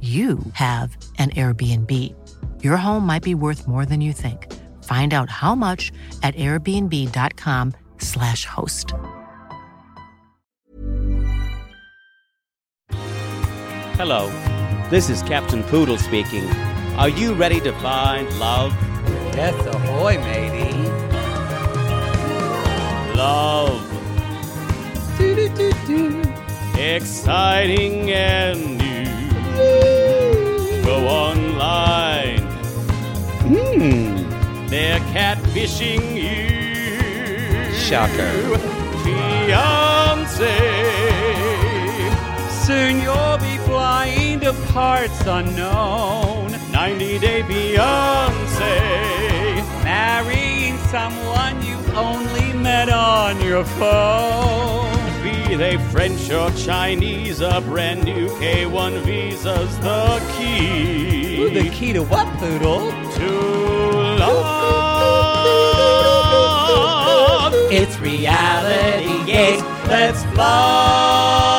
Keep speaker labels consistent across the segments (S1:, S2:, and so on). S1: you have an Airbnb. Your home might be worth more than you think. Find out how much at airbnb.com/slash host.
S2: Hello, this is Captain Poodle speaking. Are you ready to find love?
S3: Yes, ahoy, matey.
S2: Love. Exciting and new. Go online. Hmm. They're catfishing you.
S3: Shocker.
S2: Fiance.
S3: Soon you'll be flying to parts unknown,
S2: 90 Day Beyonce.
S3: marrying someone you only met on your phone.
S2: Be they French or Chinese, a brand new K1 visa's the key
S3: Ooh, the key to what, poodle?
S2: to love.
S3: It's reality gates. Let's
S2: love.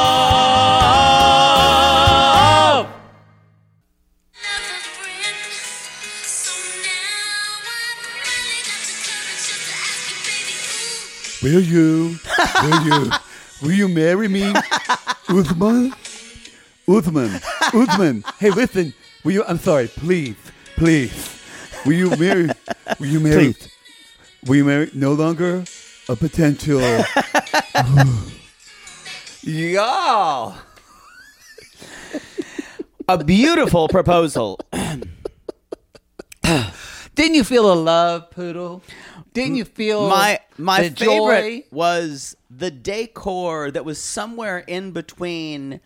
S4: Will you? Will you? Will you marry me, Uthman? Uthman, Uthman. Hey, listen. Will you? I'm sorry. Please, please. Will you marry? Will you marry?
S5: Please.
S4: Will you marry? No longer a potential.
S3: Y'all.
S5: A beautiful proposal.
S3: Oh, Didn't you feel a love, poodle? Didn't you feel
S5: my my
S3: the
S5: favorite
S3: joy?
S5: was the decor that was somewhere in between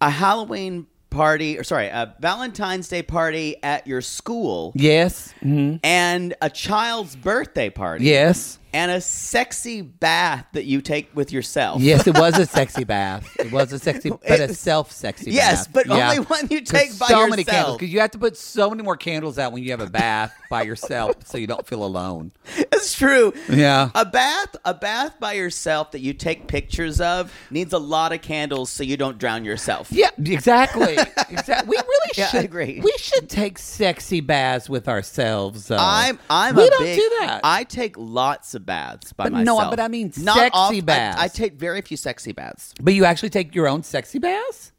S5: a Halloween party or sorry, a Valentine's Day party at your school
S3: Yes.
S5: and a child's birthday party.
S3: Yes.
S5: And a sexy bath that you take with yourself.
S3: Yes, it was a sexy bath. It was a sexy, but a
S5: was-
S3: self-sexy.
S5: Yes,
S3: bath.
S5: but only one you
S3: 'Cause
S5: take by
S3: so many
S5: yourself.
S3: candles because you have to put so many more candles out when you have a bath by yourself, so you don't feel alone.
S5: It's true.
S3: Yeah.
S5: A bath a bath by yourself that you take pictures of needs a lot of candles so you don't drown yourself.
S3: Yeah, exactly. exactly. We really
S5: Yeah, I
S3: should.
S5: agree.
S3: We should take sexy baths with ourselves. Though.
S5: I'm I'm
S3: We
S5: a
S3: don't
S5: big,
S3: do that.
S5: I take lots of baths by
S3: But no,
S5: myself.
S3: but I mean
S5: Not
S3: sexy
S5: off- I-
S3: baths.
S5: I, take very few sexy baths.
S3: but you actually take your own sexy baths.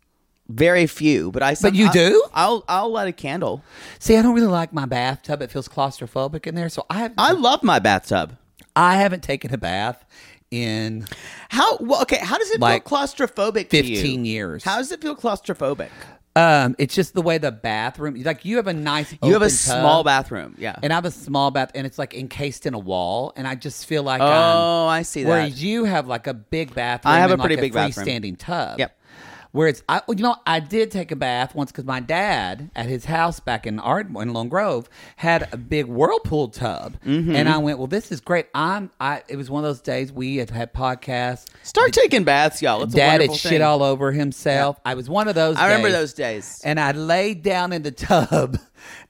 S5: Very few, but I some-
S3: you
S5: I-
S3: do?
S5: I'll I'll light a candle.
S3: See, I don't really like my bathtub. It feels claustrophobic in there, so I have,
S5: I love my bathtub.
S3: I haven't taken a bath in
S5: How well, okay, how does it
S3: Like
S5: feel claustrophobic to you?
S3: 15 years.
S5: How does it feel claustrophobic?
S3: Um, it's just the way the bathroom. Like you have a nice,
S5: You have a
S3: open
S5: small
S3: tub,
S5: bathroom. Yeah.
S3: and I have a small bath, and it's like encased in a wall, and I just feel like
S5: oh,
S3: I'm,
S5: I see
S3: where
S5: that.
S3: you have like a big bathroom.
S5: I have a
S3: and, like,
S5: pretty big bathroom.
S3: freestanding tub.
S5: Yep.
S3: Where it's, I, you know, I did take a bath once because my dad at his house back in Ardmore in Long Grove had a big whirlpool tub,
S5: Mm-hmm.
S3: and I went, well, this is great. I'm, I. It was one of those days we had had podcasts.
S5: Start taking baths, y'all. It's a
S3: Dad had
S5: wonderful
S3: shit
S5: thing.
S3: all over himself. I was one of those.
S5: I remember
S3: days.
S5: those days.
S3: And I laid down in the tub,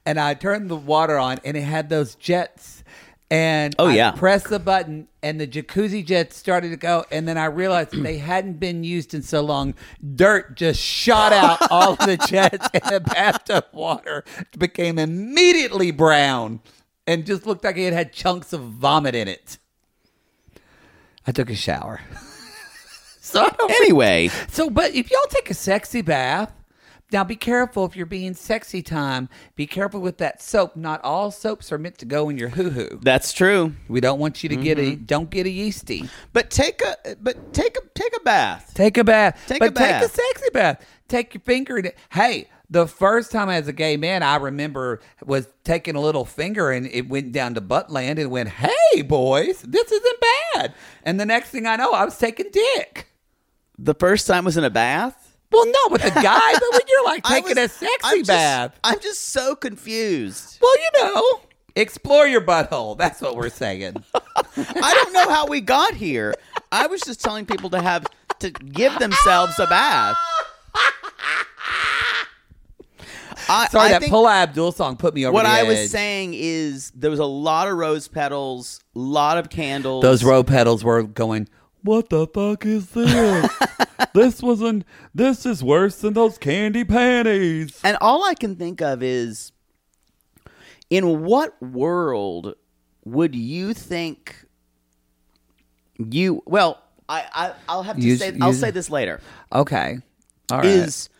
S3: and I turned the water on, and it had those jets. And
S5: Oh,
S3: I
S5: yeah.
S3: pressed the button, and the jacuzzi jets started to go. And then I realized they hadn't been used in so long. Dirt just shot out all the jets, and the bathtub water became immediately brown, and just looked like it had chunks of vomit in it. I took a shower. so I don't
S5: Anyway,
S3: so, but if y'all take a sexy bath, Now be careful if you're being sexy time. Be careful with that soap. Not all soaps are meant to go in your hoo hoo.
S5: That's true.
S3: We don't want you to get a
S5: Mm-hmm.
S3: don't get a yeasty.
S5: But take a but take a take a bath.
S3: Take a bath.
S5: Take
S3: but
S5: a
S3: take a
S5: bath.
S3: sexy bath. Take your finger in it. Hey, the first time as a gay man, I remember was taking a little finger and it went down to butt land and went, hey, boys, this isn't bad. And the next thing I know, I was taking dick.
S5: The first time was in a bath.
S3: Well, no, with a guy, but when you're like
S5: I
S3: taking
S5: was-
S3: a sexy
S5: I'm just-
S3: bath.
S5: I'm just so confused.
S3: Well, you know, explore your butthole. That's what we're saying.
S5: I don't know how we got here. I was just telling people to have to give themselves a bath. I,
S3: Sorry,
S5: I
S3: that
S5: think
S3: Paula Abdul song put me over
S5: what
S3: the
S5: I was
S3: edge.
S5: saying is there was a lot of rose petals, a lot of candles.
S3: Those row pedals were going,
S4: What the fuck is this? this wasn't. This is worse than those candy panties.
S5: And all I can think of is in what world would you think you well I, I I'll have to
S3: You-
S5: say I'll
S3: you-
S5: say this later.
S3: okay. All right.
S5: Is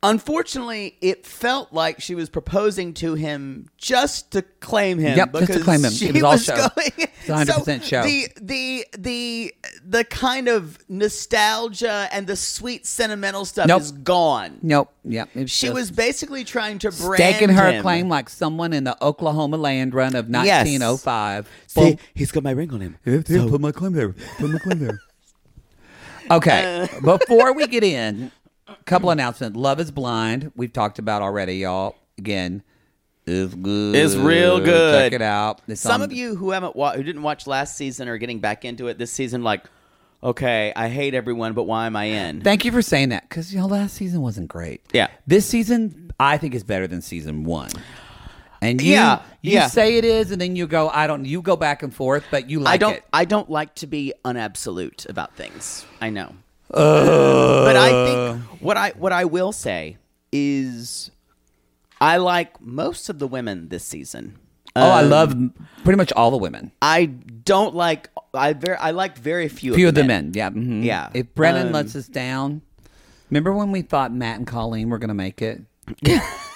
S5: unfortunately it felt like she was proposing to him just to claim him.
S3: Yep, just to
S5: because
S3: claim him.
S5: She
S3: It was all show.
S5: going
S3: It's 100%
S5: so
S3: show.
S5: The the the the kind of nostalgia and the sweet sentimental stuff
S3: Nope.
S5: is gone.
S3: Nope. Yep. It
S5: She
S3: just-
S5: was basically trying to brand
S3: staking her
S5: him.
S3: claim like someone in the Oklahoma land run of
S5: Yes.
S3: 1905.
S5: See, he's got my ring on him.
S4: Here, here, put my claim there. Put my claim there.
S3: Okay, before we get in, couple announcements. Love is Blind, we've talked about already, y'all. Again, it's good.
S5: It's real good.
S3: Check it out. It's
S5: Some
S3: on-
S5: of you who haven't wa- who didn't watch last season are getting back into it this season. Like, okay, I hate everyone, but why am I in?
S3: Thank you for saying that because y'all last season wasn't great.
S5: Yeah.
S3: this season I think is better than season one. And you,
S5: Yeah,
S3: you
S5: yeah.
S3: say it is, and then you go, I don't. You go back and forth, but you like
S5: I don't.
S3: it.
S5: I don't like to be unabsolute about things. I know, but I think what I what I will say is, I like most of the women this season.
S3: Oh, I
S5: um,
S3: love pretty much all the women.
S5: I don't like. I very. I liked very few.
S3: few
S5: of the men.
S3: Yeah, mhm.
S5: Yeah.
S3: If Brennan
S5: Um,
S3: lets us down, remember when we thought Matt and Colleen were going to make it?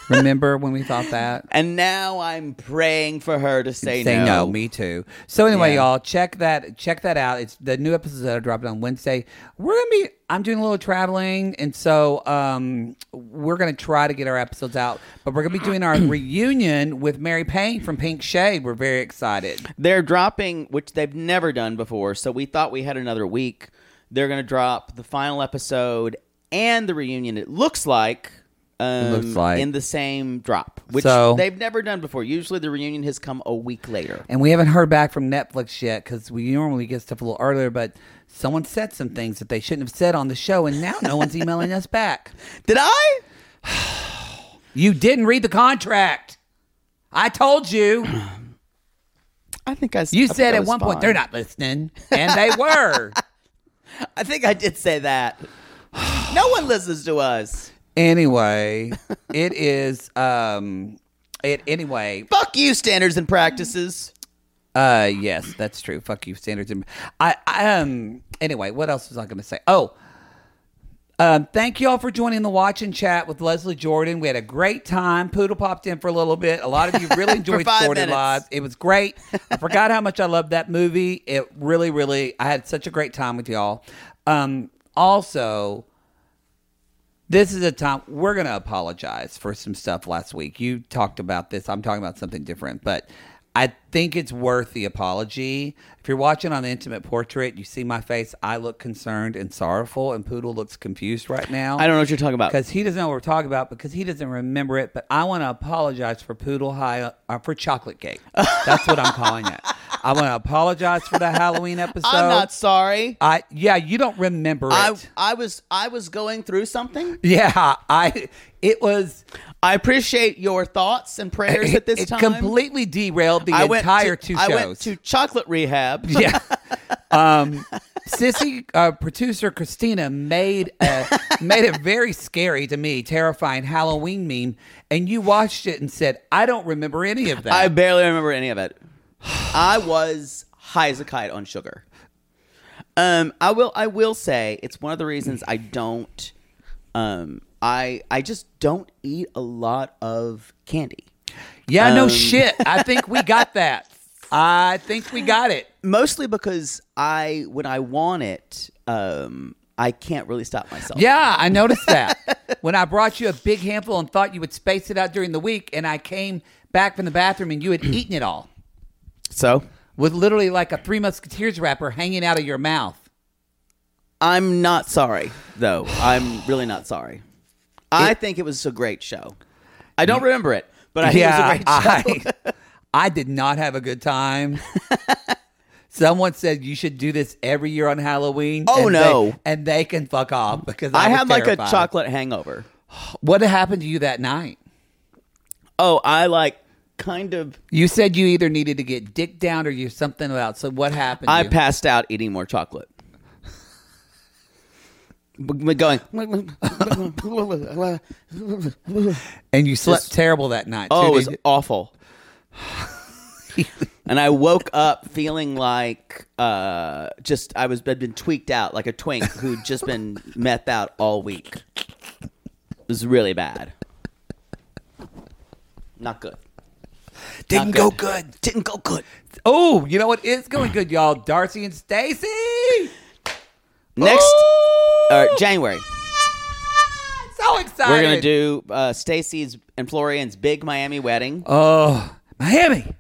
S3: remember when we thought that?
S5: And now I'm praying for her to say,
S3: Say no.
S5: no.
S3: me too. So anyway,
S5: Yeah.
S3: y'all check that check that out. It's the new episodes that are dropping on Wednesday. We're gonna be I'm doing a little traveling, and so um, we're gonna try to get our episodes out. But we're gonna be doing our reunion with Mary Payne from Pink Shade. We're very excited.
S5: They're dropping, which they've never done before. So we thought we had another week. They're going to drop the final episode and the reunion. It looks like. Um,
S3: looks like.
S5: in the same drop, which
S3: So-
S5: they've never done before. Usually, the reunion has come a week later.
S3: And we haven't heard back from Netflix yet because we normally get stuff a little earlier, but someone said some things that they shouldn't have said on the show, and now no one's emailing us back.
S5: Did I?
S3: You didn't read the contract. I told you.
S5: I think I. s- I
S3: You
S5: think
S3: said
S5: I
S3: at
S5: was
S3: one point
S5: fine.
S3: they're not listening, and they were.
S5: I think I did say that. no one listens to us.
S3: anyway, it is. Um, it anyway.
S5: Fuck you, standards and practices.
S3: Uh, yes, that's true. Fuck you, standards. And I, I, um, anyway, what else was I going to say? Oh, um, thank you all for joining the watch and chat with Leslie Jordan. We had a great time. Poodle popped in for a little bit. A lot of you really enjoyed
S5: five
S3: Sorted
S5: minutes.
S3: Lives. It was great. I forgot how much I loved that movie. It really, really, I had such a great time with y'all. Um, also, this is a time we're going to apologize for some stuff last week. You talked about this. I'm talking about something different, but I think it's worth the apology. If you're watching on the intimate portrait, you see my face. I look concerned and sorrowful, and Poodle looks confused right now.
S5: I don't know what you're talking about.
S3: because he doesn't know what we're talking about because he doesn't remember it. But I want to apologize for Poodle High uh, for Chocolate Cake. That's what I'm calling it. I want to apologize for the Halloween episode.
S5: I'm not sorry.
S3: I yeah, you don't remember it.
S5: I I was I was going through something.
S3: yeah, I it was
S5: I appreciate your thoughts and prayers at this
S3: it
S5: time.
S3: completely derailed the
S5: I went
S3: entire
S5: to,
S3: two shows.
S5: I went to chocolate rehab.
S3: yeah. Um, Sissy, uh, producer Christina made a, made a very scary to me, terrifying Halloween meme, and you watched it and said, "I don't remember any of that."
S5: I barely remember any of it. I was high as a kite on sugar. Um, I will I will say it's one of the reasons I don't um I I just don't eat a lot of candy.
S3: Yeah, no shit. I think we got that. I think we got it.
S5: Mostly because I when I want it, um, I can't really stop myself.
S3: Yeah, I noticed that. when I brought you a big handful and thought you would space it out during the week, and I came back from the bathroom and you had eaten it all
S5: So
S3: with literally like a Three Musketeers wrapper hanging out of your mouth.
S5: I'm not sorry, though. I'm really not sorry. I think it was a great show. I don't remember it, but I think it was a great show.
S3: I, I did not have a good time. Someone said you should do this every year on Halloween.
S5: Oh,
S3: and
S5: no.
S3: they- and they can fuck off because I,
S5: I
S3: was
S5: had like
S3: terrified.
S5: a chocolate hangover.
S3: What happened to you that night?
S5: Oh, I like kind of.
S3: You said you either needed to get dick down or you something about. So what happened? to
S5: I
S3: you?
S5: passed out eating more chocolate. B- b- Going,
S3: and you slept terrible that night.
S5: oh, it
S3: too,
S5: was
S3: did you?
S5: awful. and I woke up feeling like uh, just I was had been tweaked out like a twink who'd just been meth out all week. It was really bad. Not good.
S3: didn't
S5: not
S3: go
S5: good.
S3: good.
S5: Didn't go good.
S3: Oh, you know what is going good, y'all? Darcy and Stacy.
S5: Next,
S3: Oh! Ooh,
S5: or January.
S3: so excited.
S5: We're gonna do uh, Stacy's and Florian's big Miami wedding,
S3: Oh, Miami.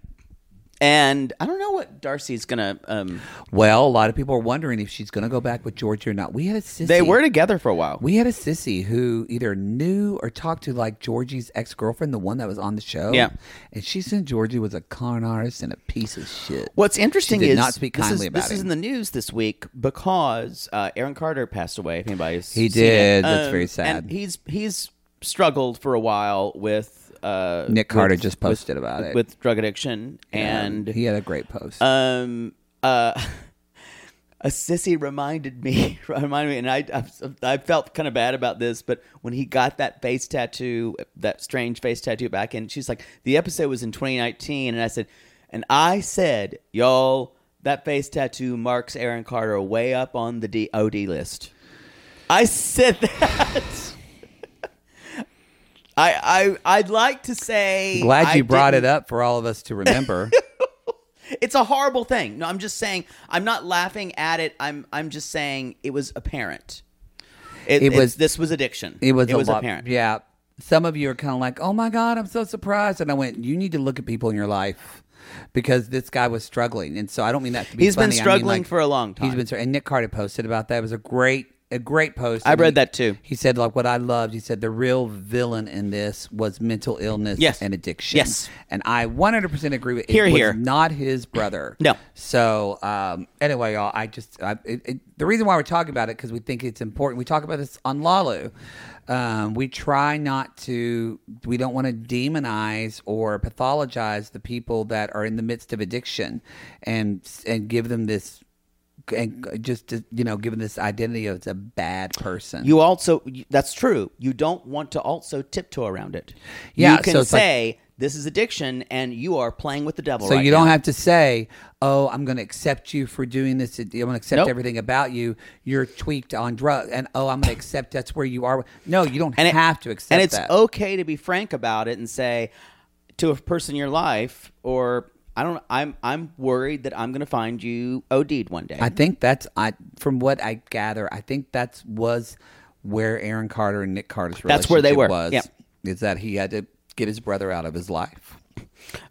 S5: and I don't know what Darcy's gonna. Um,
S3: Well, a lot of people are wondering if she's going to go back with Georgie or not. We had a sissy.
S5: they were together for a while.
S3: We had a sissy who either knew or talked to like Georgie's ex girlfriend, the one that was on the show.
S5: Yeah.
S3: and she said Georgie was a con artist and a piece of shit.
S5: What's interesting
S3: She did
S5: is
S3: not speak
S5: this
S3: kindly
S5: is,
S3: about
S5: this
S3: him.
S5: is in the news this week because uh, Aaron Carter passed away. If anybody's
S3: He
S5: seen it. Um,
S3: did. That's very
S5: and
S3: sad.
S5: he's he's struggled for a while with uh,
S3: Nick Carter
S5: with-
S3: just posted about it.
S5: with drug addiction, and
S3: he had a great post.
S5: um uh a sissy reminded me reminded me and I, I i felt kind of bad about this but when he got that face tattoo that strange face tattoo back in she's like the episode was in 2019 and i said and i said y'all that face tattoo marks aaron carter way up on the D- od list i said that I, I I'd like to say
S3: Glad
S5: I
S3: you brought
S5: didn't-
S3: it up for all of us to remember.
S5: it's a horrible thing. No, I'm just saying. I'm not laughing at it. I'm I'm just saying it was apparent. It,
S3: It was-
S5: was this was addiction.
S3: It was
S5: it
S3: a
S5: was
S3: lot-
S5: apparent.
S3: Yeah. Some of you are kind of like, oh my God, I'm so surprised. And I went, you need to look at people in your life because this guy was struggling. And so I don't mean that to be
S5: He's been
S3: funny. I mean,
S5: struggling
S3: like,
S5: for a long
S3: He's
S5: time.
S3: been, str- and Nick Carter posted about that. It was a great, a great post.
S5: I
S3: And
S5: read
S3: he-
S5: that too.
S3: He said, like, what I loved, he said, the real villain in this was mental illness
S5: Yes.
S3: and addiction.
S5: Yes.
S3: And I 100% agree with it
S5: Here,
S3: was
S5: here.
S3: not his brother.
S5: No.
S3: So um, anyway, y'all, I just I, it, it, the reason why we're talking about it because we think it's important. We talk about this on Lalu. Um, we try not to. We don't want to demonize or pathologize the people that are in the midst of addiction, and and give them this. And just to, you know, given this identity of it's a bad person,
S5: You also you- that's true. You don't want to also tiptoe around it.
S3: Yeah,
S5: you can
S3: so it's like-
S5: say this is addiction, and you are playing with the devil.
S3: So
S5: right
S3: you don't
S5: now.
S3: have to say, "Oh, I'm going to accept you for doing this. I'm going to accept
S5: Nope.
S3: everything about you. You're tweaked on drugs, and oh, I'm going to accept that's where you are." No, you don't
S5: and it-
S3: have to accept
S5: And it's
S3: that.
S5: okay to be frank about it and say to a person in your life, or I don't. I'm I'm worried that I'm going to find you OD'd one day.
S3: I think that's I from what I gather. I think that's was where Aaron Carter and Nick Carter's relationship
S5: That's where they were.
S3: was.
S5: Yep.
S3: Is that he had to get his brother out of his life,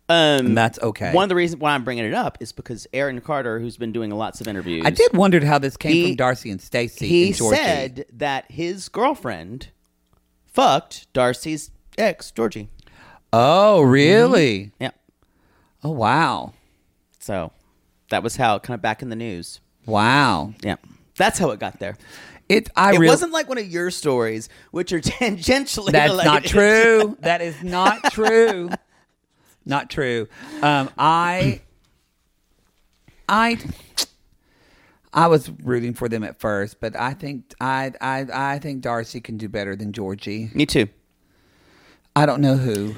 S5: um,
S3: and that's okay.
S5: Mm. One of the reasons why I'm bringing it up is because Aaron Carter, who's been doing lots of interviews,
S3: I did wondered how this came
S5: He-
S3: from Darcy and Stacy.
S5: He
S3: and Georgie.
S5: said that his girlfriend fucked Darcy's ex, Georgie.
S3: "Oh,
S5: Mm-hmm.
S3: really?
S5: Yeah.
S3: Oh, wow,
S5: So that was how kind of back in the news.
S3: wow."
S5: Yeah. That's how it got there.
S3: It. I
S5: it
S3: real-
S5: wasn't like one of your stories, which are tangentially.
S3: That's
S5: related.
S3: not true. That is not true. not true. Um, I, I, I was rooting for them at first, but I think I, I, I think Darcy can do better than Georgie.
S5: Me too.
S3: I don't know who.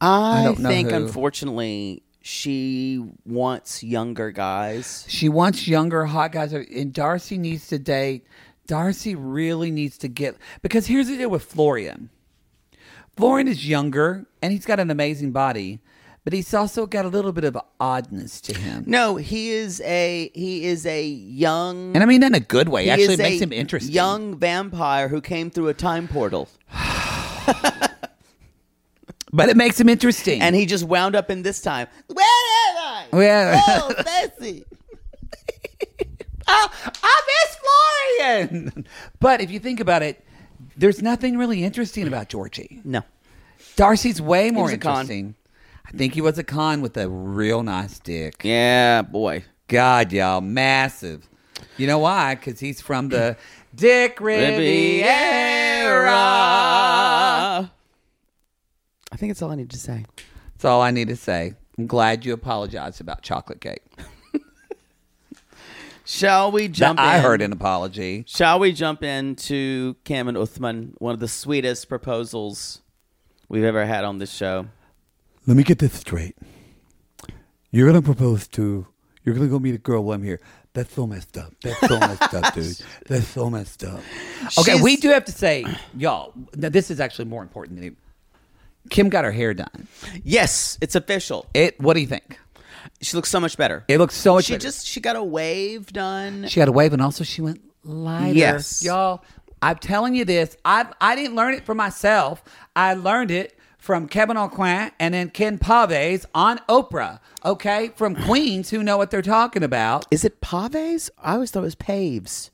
S5: I,
S3: don't know
S5: think,
S3: who.
S5: unfortunately, she wants younger guys.
S3: She wants younger hot guys, and Darcy needs to date Darcy really needs to get because here's the deal with Florian. Florian is younger and he's got an amazing body, but he's also got a little bit of oddness to him.
S5: No, he is a he is a young.
S3: And I mean that in a good way.
S5: he
S3: Actually,
S5: is
S3: it makes
S5: a
S3: him interesting.
S5: Young vampire who came through a time portal,
S3: but it makes him interesting.
S5: and he just wound up in this time. Where am I?
S3: Where-
S5: Oh, uh, fancy.
S3: I miss Florian. But if you think about it, there's nothing really interesting about Georgie.
S5: No,
S3: Darcy's way more
S5: was a con.
S3: interesting. I think he was a con with a real nice dick.
S5: yeah, boy.
S3: God, y'all, massive. You know why? Because he's from the Dick Riviera.
S5: I think that's all I need to say.
S3: That's all I need to say. I'm glad you apologized about chocolate cake.
S5: Shall we jump?
S3: I
S5: in?
S3: heard an apology.
S5: Shall we jump into Cameron Uthman, one of the sweetest proposals we've ever had on this show?
S4: Let me get this straight. You're gonna propose to. You're gonna go meet a girl while I'm here. That's so messed up. That's so messed up, dude. That's so messed up.
S3: Okay,
S5: She's-
S3: we do have to say, y'all, now this is actually more important than even. Kim got her hair done.
S5: Yes, it's official.
S3: It. What do you think?
S5: She looks so much better.
S3: It looks so much
S5: she
S3: better.
S5: just she got a wave done.
S3: She had a wave, and also she went lighter.
S5: Yes.
S3: y'all. I'm telling you this. I I didn't learn it for myself. I learned it from Kevin O'Quinn and then Ken Paves on Oprah. Okay, from Queens who know what they're talking about.
S5: Is it paves? I always thought it was paves.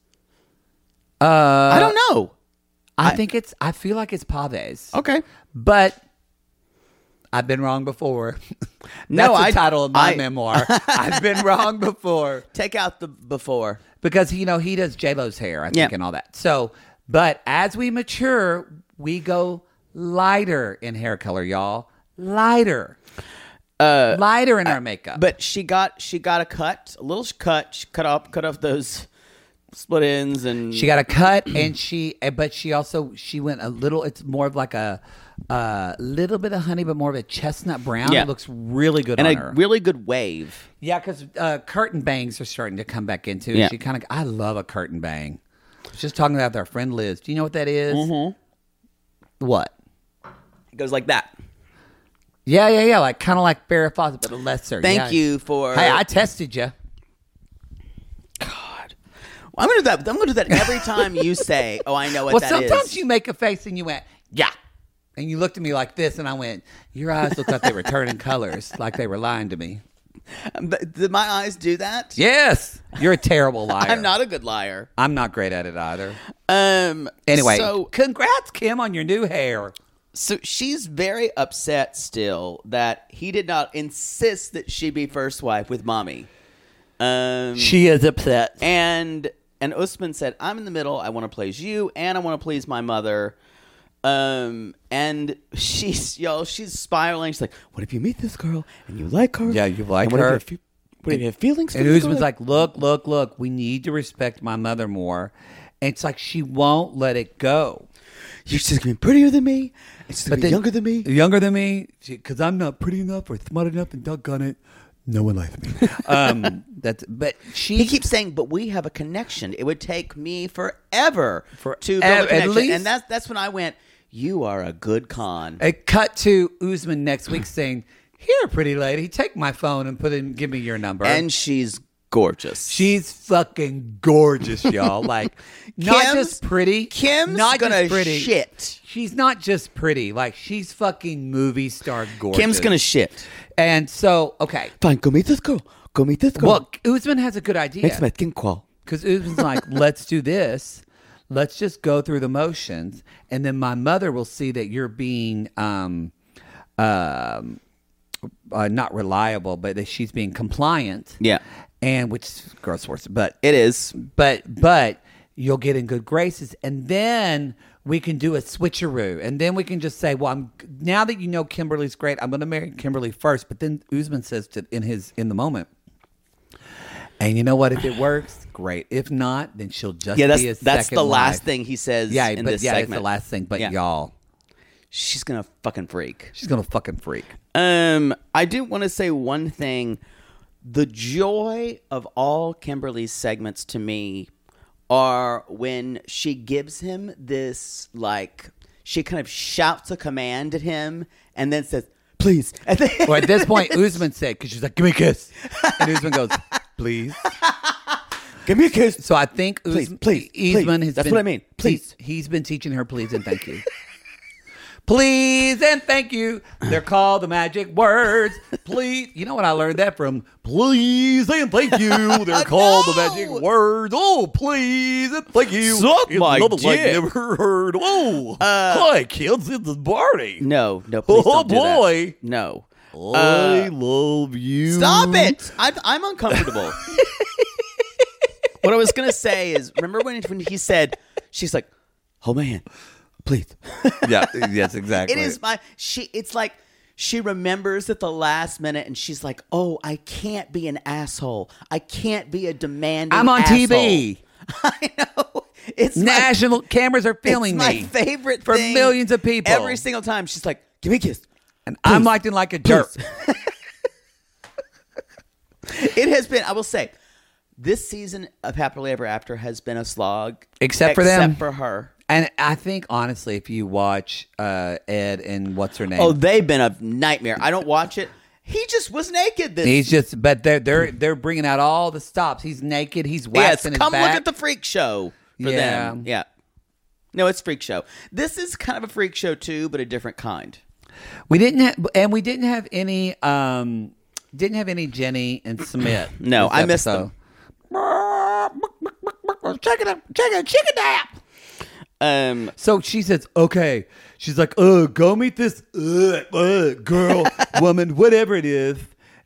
S5: Uh, I don't know.
S3: I, think it's. I feel like it's Paves,
S5: Okay.
S3: but I've been wrong before. no,
S5: I-
S3: the title of my
S5: I-
S3: memoir. I've been wrong before.
S5: Take out the before.
S3: because you know he does J Lo's hair, I think,
S5: Yeah.
S3: and all that. So, but as we mature, we go lighter in hair color, y'all. Lighter, uh, lighter in our makeup.
S5: But she got she got a cut, a little cut. She cut off cut off those split ends and
S3: she got a cut, and she, eh, but she also she went a little. It's more of like a uh, little bit of honey, but more of a chestnut brown.
S5: Yeah.
S3: It looks really good
S5: and
S3: on
S5: a
S3: her.
S5: really good wave.
S3: yeah, because uh, curtain bangs are starting to come back into.
S5: Yeah.
S3: She kind of. I love a curtain bang. I was just talking about our friend Liz. Do you know what that is?
S5: Mm-hmm.
S3: What?
S5: It goes like that.
S3: Yeah, yeah, yeah. Like kind of like Farrah Fawcett, but a lesser.
S5: Thank
S3: yeah.
S5: you for.
S3: Hey, I tested you.
S5: I'm gonna do that. I'm gonna do that every time you say, "Oh, I know what
S3: Well,
S5: that is."
S3: sometimes you make a face and you went, yeah. And you looked at me like this, and I went, your eyes look like they were turning colors, like they were lying to me.
S5: But Did my eyes do that?
S3: Yes, you're a terrible liar.
S5: I'm not a good liar.
S3: I'm not great at it either.
S5: Um.
S3: Anyway,
S5: so
S3: congrats, Kim, on your new hair.
S5: so she's very upset still that he did not insist that she be first wife with mommy. Um.
S3: She is upset.
S5: and and Usman said, "I'm in the middle. I want to please you, and I want to please my mother." Um, and she's y'all, she's spiraling. She's like, "What if you meet this girl and you like her?
S3: Yeah, you like
S5: and what
S3: her.
S5: If you have, fe- what if you have feelings?"
S3: And
S5: for this
S3: Usman's
S5: girl?"
S3: like, look, look, look, we need to respect my mother more. And it's like she won't let it go.
S5: "She's just gonna be prettier than me. and She's gonna be
S3: then-
S5: younger than me."
S3: Younger than me,
S4: Because I'm not pretty enough or smart enough, and doggone it, no one likes me.
S3: um that's but she
S5: He keeps saying, "But we have a connection. It would take me forever
S3: Forever,
S5: to build a
S3: at
S5: connection."
S3: least-
S5: And that's that's when I went, "You are a good con."
S3: it cut to Usman next week saying, "Here, pretty lady, take my phone and put in, give me your number."
S5: And she's gorgeous.
S3: she's fucking gorgeous, y'all. Like not
S5: Kim's-
S3: just pretty.
S5: Kim's
S3: not
S5: gonna
S3: just pretty.
S5: shit.
S3: She's not just pretty. Like she's fucking movie star gorgeous.
S5: Kim's gonna shit.
S3: and so okay.
S5: Fine, go meet this girl. Go meet this girl.
S3: Well, Usman has a good idea.
S5: Mexican call.
S3: Because Usman's like, let's do this. Let's just go through the motions. And then my mother will see that you're being um, um, uh, not reliable, but that she's being compliant.
S5: Yeah.
S3: And which is gross words, but
S5: It is.
S3: but but you'll get in good graces and then we can do a switcheroo and then we can just say well i'm now that you know kimberly's great i'm going to marry kimberly first but then usman says to in his in the moment and you know what if it works great if not then she'll just
S5: Yeah,
S3: be
S5: that's
S3: his
S5: that's
S3: second
S5: the last
S3: wife.
S5: thing he says.
S3: yeah
S5: in
S3: but
S5: this
S3: yeah
S5: segment.
S3: it's the last thing but
S5: Yeah.
S3: y'all
S5: she's gonna fucking freak.
S3: she's gonna fucking freak
S5: Um, I do want to say one thing. The joy of all Kimberly's segments to me are when she gives him this like she kind of shouts a command at him and then says, "Please." And then,
S3: Well, at this point, Usman said, because she's like, give me a kiss. And Usman goes, please.
S5: give me a kiss.
S3: So I think
S5: Please,
S3: Usman,
S5: please, please.
S3: Usman has
S5: That's
S3: been-
S5: what I mean. Please.
S3: he- he's been teaching her please and thank you. please and thank you. They're called the magic words. Please. You know what I learned that from? Please and thank you. They're called the magic
S5: know.
S3: words. Oh, please and thank you.
S4: Suck
S3: It's
S4: my
S3: another like
S4: dick.
S3: never heard. Oh, hi kids, it's the party.
S5: Uh, No, no. Please
S3: Oh,
S5: don't do that.
S3: boy.
S5: No.
S4: I love you.
S5: uh, Stop it! I, I'm uncomfortable. what I was gonna say is, remember when when he said, "She's like, hold my hand, please."
S4: Yeah, yes, exactly.
S5: It is my she. It's like she remembers at the last minute, and she's like, "Oh, I can't be an asshole. I can't be a demanding."
S3: I'm on
S5: asshole."
S3: TV.
S5: I know. It's my-
S3: National cameras are filming
S5: it's
S3: me.
S5: My favorite
S3: for
S5: thing.
S3: millions of people.
S5: Every single time, she's like, "Give me a kiss."
S3: and I'm acting like a jerk.
S5: It has been. I will say, this season of Happily Ever After has been a slog,
S3: Except for them.
S5: except for her.
S3: And I think honestly, if you watch uh, Ed and what's her name,
S5: Oh, they've been a nightmare. I don't watch it. He just was naked. This
S3: he's just but they're they're they're bringing out all the stops. He's naked. He's
S5: yes.
S3: waxing his
S5: Come look
S3: back.
S5: at the freak show for
S3: Yeah.
S5: them. Yeah. No, it's freak show. This is kind of a freak show too, but a different kind.
S3: we didn't have and we didn't have any um didn't have any Jenny and Smith.
S5: No,
S3: this
S5: I missed
S3: episode.
S5: them.
S3: Check it out. Check it. Check it out.
S5: Um,
S3: So she says,
S4: Okay. She's like, uh, go meet this uh, uh, girl, woman, whatever it is.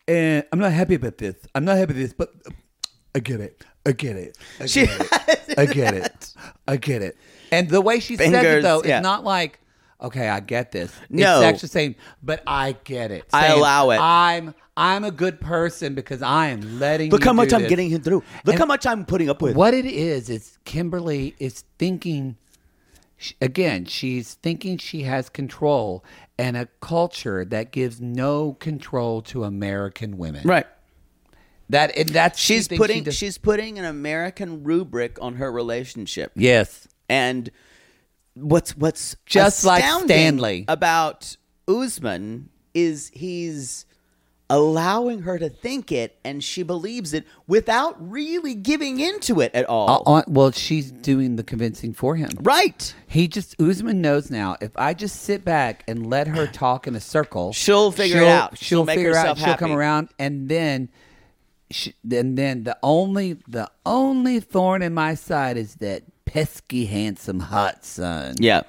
S4: And I'm not happy about this. I'm not happy with this, but I get it. I get it. I get
S5: She-
S4: it. I get it. I get it.
S3: and the way she says it
S5: Fingers,
S3: though,
S5: yeah.
S3: it's not like. Okay, I get this.
S5: No.
S3: it's actually saying, but I get it.
S5: I
S3: Saying,
S5: allow it.
S3: I'm I'm a good person because I am letting.
S5: look
S3: you
S5: how much
S3: do
S5: I'm
S3: this."
S5: getting him through. Look
S3: And
S5: how much I'm putting up with.
S3: What it is is Kimberly is thinking. sh- Again, she's thinking she has control and a culture that gives no control to American women.
S5: Right.
S3: That and that's she
S5: She's
S3: thinks she
S5: putting.
S3: does-
S5: she's putting an American rubric on her relationship.
S3: yes.
S5: And what's what's
S3: Just like
S5: astounding
S3: Stanley.
S5: about Usman is he's allowing her to think it and she believes it without really giving into it at
S3: Uh,
S5: all.
S3: uh, well, she's doing the convincing for him.
S5: Right.
S3: He just Usman knows now. If I just sit back and let her talk in a circle,
S5: She'll figure it out.
S3: She'll,
S5: She'll make
S3: figure out.
S5: herself
S3: She'll come
S5: happy.
S3: around, and then, she, and then the only the only thorn in my side is that pesky handsome hot son
S5: Yeah.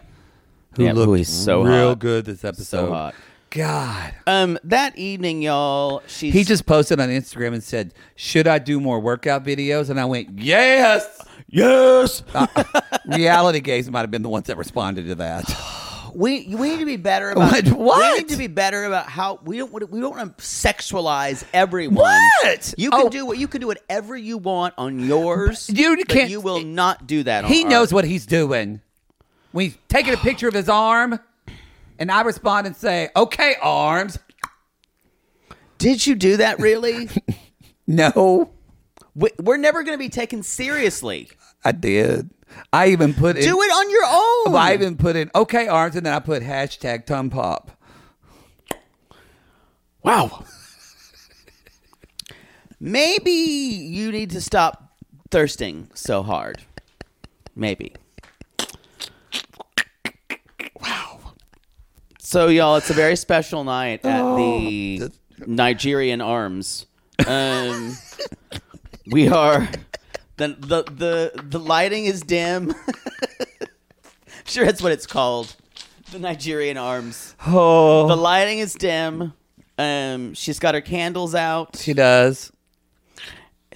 S3: who
S5: Yeah,
S3: looked
S5: who is so
S3: real
S5: hot.
S3: good this episode.
S5: So hot.
S3: God,
S5: Um that evening y'all she's
S3: he just posted on Instagram and said, "Should I do more workout videos?" And I went, "Yes." Uh,
S5: Yes.
S3: Reality gays might have been the ones that responded to that.
S5: We we need to be better about
S3: What? What?
S5: We need to be better about how we don't we don't want to sexualize everyone.
S3: What?
S5: You can
S3: Oh.
S5: do what you can do whatever you want on yours.
S3: You
S5: but
S3: can't-
S5: You will not do that. on
S3: He
S5: ours.
S3: knows what he's doing. We've taken a picture of his arm, and I respond and say, "Okay, arms."
S5: Did you do that really?
S3: No,
S5: We- We're never going to be taken seriously.
S3: I did. I even put in.
S5: Do it on your own.
S3: I even put in "Okay, arms," and then I put hashtag tum pop.
S5: Wow. Maybe you need to stop thirsting so hard. Maybe. Wow. So y'all, it's a very special night at the Nigerian Arms. Um, we are the, the the the lighting is dim. sure, that's what it's called. The Nigerian Arms.
S3: Oh,
S5: The lighting is dim. Um, she's got her candles out.
S3: she does.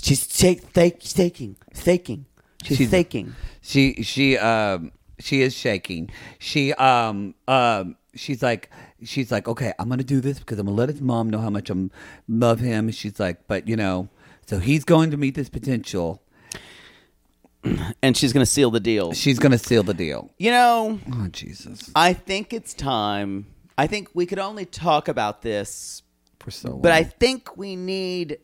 S5: She's take, take, taking, taking. She's,
S3: She's-
S5: taking.
S3: She she um she is shaking. She um um she's like she's like okay, I'm gonna do this because I'm gonna let his mom know how much I'm love him. And she's like, but you know, so he's going to meet this potential.
S5: And she's going to seal the deal.
S3: She's gonna seal the deal.
S5: You know,
S3: Oh Jesus,
S5: I think it's time. I think we could only talk about this,
S3: for so long.
S5: but I think we need.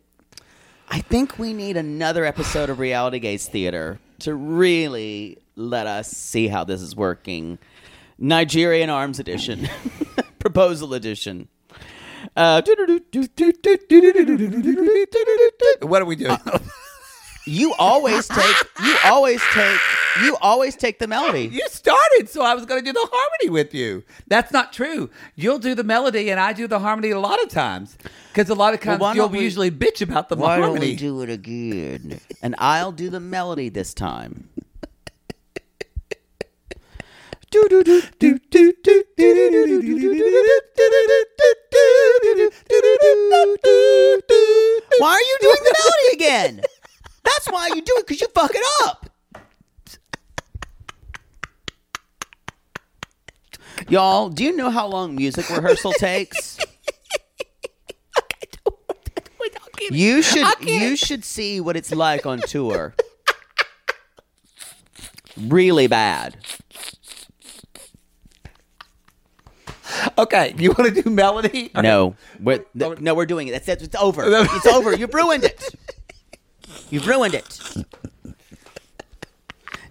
S5: I think we need another episode of Reality Gaze Theater to really let us see how this is working. Nigerian Arms Edition, Proposal Edition. Uh,
S3: What are we doing?
S5: Uh, you always take, you always take, you always take the melody.
S3: you started, so I was going to do the harmony with you. That's not true. You'll do the melody, and I do the harmony a lot of times because a lot of times
S5: why
S3: you'll
S5: don't we-
S3: usually bitch about the
S5: Why don't
S3: harmony.
S5: we do it again? And I'll do the melody this time. Why are you doing the melody again? That's why you do it because you fuck it up. Y'all, do you know how long music rehearsal takes? You should you should see what it's like on tour. really bad.
S3: okay, you want to do melody?
S5: No, we're, th- no, we're doing it. That's, that's it's over. It's over. You've ruined it. You've ruined it.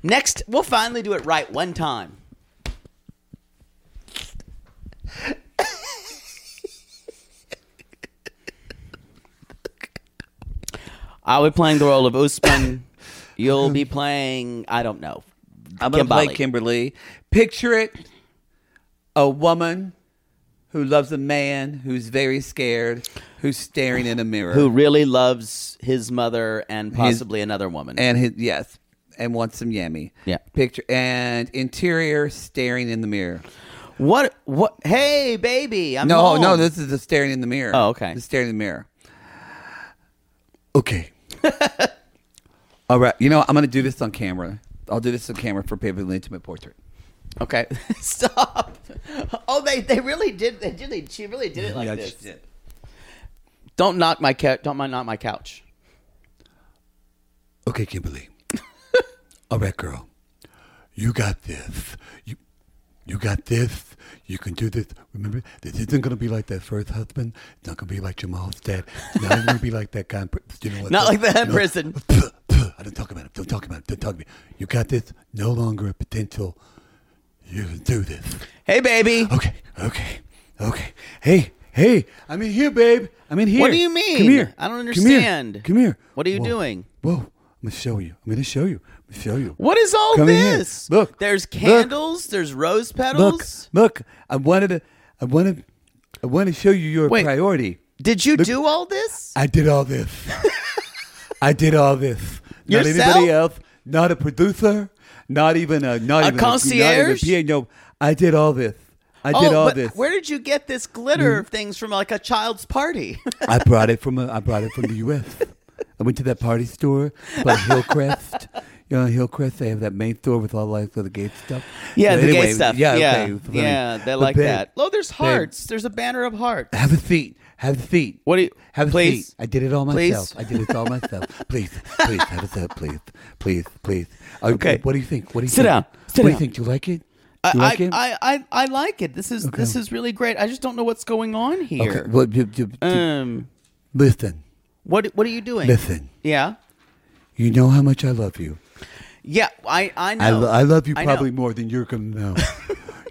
S5: Next, we'll finally do it right one time. I'll be playing the role of Usman. You'll be playing, I don't know.
S3: I'm going to play
S5: Kimbali.
S3: Kimberly. Picture it a woman who loves a man who's very scared, who's staring in a mirror.
S5: Who really loves his mother and possibly another woman.
S3: and his, yes, and wants some yummy.
S5: Yeah.
S3: Picture and interior staring in the mirror.
S5: What? What? Hey, baby! I'm
S3: No,
S5: home.
S3: no, this is the staring in the mirror.
S5: Oh, okay.
S3: The staring in the mirror.
S4: Okay.
S3: All right. You know, what? I'm going to do this on camera. I'll do this on camera for Paper Intimate Portrait.
S5: Okay, stop. Oh, they they really did. They did. They, she really did it like this. Don't knock my couch. Don't mind knock my couch.
S4: Okay, Kimberly. All right, girl. You got this. You you got this. You can do this. Remember, this isn't gonna be like that first husband. It's not gonna be like Jamal's dad. It's not gonna be like that guy. In pri- you know what?
S5: Not like that in
S4: You know-
S5: prison.
S4: I don't talk about it. Don't talk about it. Don't talk about it. You got this. No longer a potential. You can do this.
S5: Hey, baby.
S4: Okay. Okay. Okay. Hey. Hey. I'm in here, babe. I'm in here.
S5: What do you mean?
S4: Come here.
S5: I don't
S4: Come here.
S5: understand.
S4: Come here.
S5: What are you
S4: Whoa.
S5: doing?
S4: Whoa. I'm gonna show you. I'm gonna show you. I'm gonna show you.
S5: What is all
S4: Come in here.
S5: this?
S4: Look.
S5: there's
S4: Look.
S5: candles. There's rose
S4: Look.
S5: petals.
S4: Look. I wanted to. I wanted. I want to show you your
S5: Wait.
S4: priority.
S5: Did you do all this?
S4: I did all this. I did all this. Not
S5: Yourself?
S4: anybody else. Not a producer. Not even a. Not
S5: A
S4: even
S5: concierge?
S4: A, not even a piano. I did all this. I did
S5: oh,
S4: all
S5: but
S4: this. Mm-hmm.
S5: Where did you get this glitter of things from? Like a child's party.
S4: I brought it from a, I brought it from the U.S. I went to that party store by Hillcrest. You know, Hillcrest, they have that main store with all like the gay stuff.
S5: Yeah,
S4: So
S5: the gay
S4: anyway,
S5: stuff. Yeah,
S4: Yeah,
S5: yeah,
S4: okay, funny.
S5: they
S4: But
S5: like
S4: babe,
S5: that. Oh, there's
S4: babe,
S5: hearts. There's a banner of hearts.
S4: have a seat. Have a seat.
S5: What do you-
S4: have a
S5: please?
S4: seat? I did it all
S5: Please?
S4: myself. I did it all myself. Please, please have a seat. Please, please, please. Uh,
S5: Okay.
S4: What do you think? What do you
S5: Sit
S4: think?
S5: down. Sit
S4: what do
S5: down.
S4: you think? Do you like it?
S5: I,
S4: Do you like
S5: I,
S4: it?
S5: I, I, I like it. This is this is really great. I just don't know what's going on here.
S4: okay. Well, do, do, do,
S5: Um,
S4: listen,
S5: what what are you doing?
S4: listen.
S5: Yeah,
S4: You know how much I love you.
S5: yeah. I I know.
S4: I, lo- I love you
S5: I know.
S4: probably more than you're gonna know.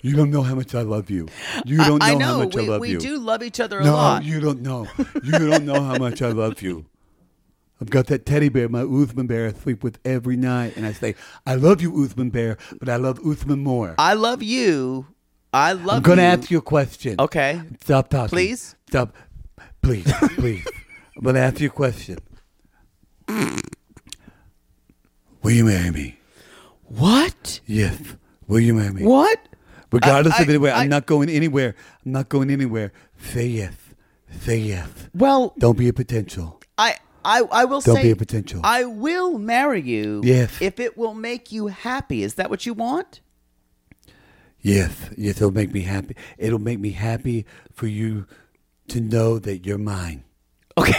S4: you don't know how much I love you. You don't know,
S5: I, I
S4: how
S5: know.
S4: much
S5: we,
S4: I love
S5: we
S4: you.
S5: do love each other a
S4: no,
S5: lot.
S4: you don't know. You don't know how much I love you. I've got that teddy bear, my Uthman bear, I sleep with every night, and I say, "I love you, Uthman bear, but I love Uthman more."
S5: I love you. I love.
S4: I'm gonna
S5: you.
S4: ask you a question.
S5: Okay.
S4: Stop talking.
S5: Please?
S4: Stop. Please, please. I'm gonna ask you a question. Will you marry me?
S5: What?
S4: Yes. Will you marry me?
S5: What?
S4: Regardless
S5: I-
S4: of anywhere,
S5: I-
S4: I'm not going anywhere. I'm not going anywhere. Say yes. Say yes.
S5: Well,
S4: Don't be a potential.
S5: I. I, I will
S4: Don't
S5: say
S4: be a potential.
S5: I will marry you
S4: Yes.
S5: if it will make you happy. Is that what you want?
S4: Yes, yes, it'll make me happy. It'll make me happy for you to know that you're mine.
S5: Okay.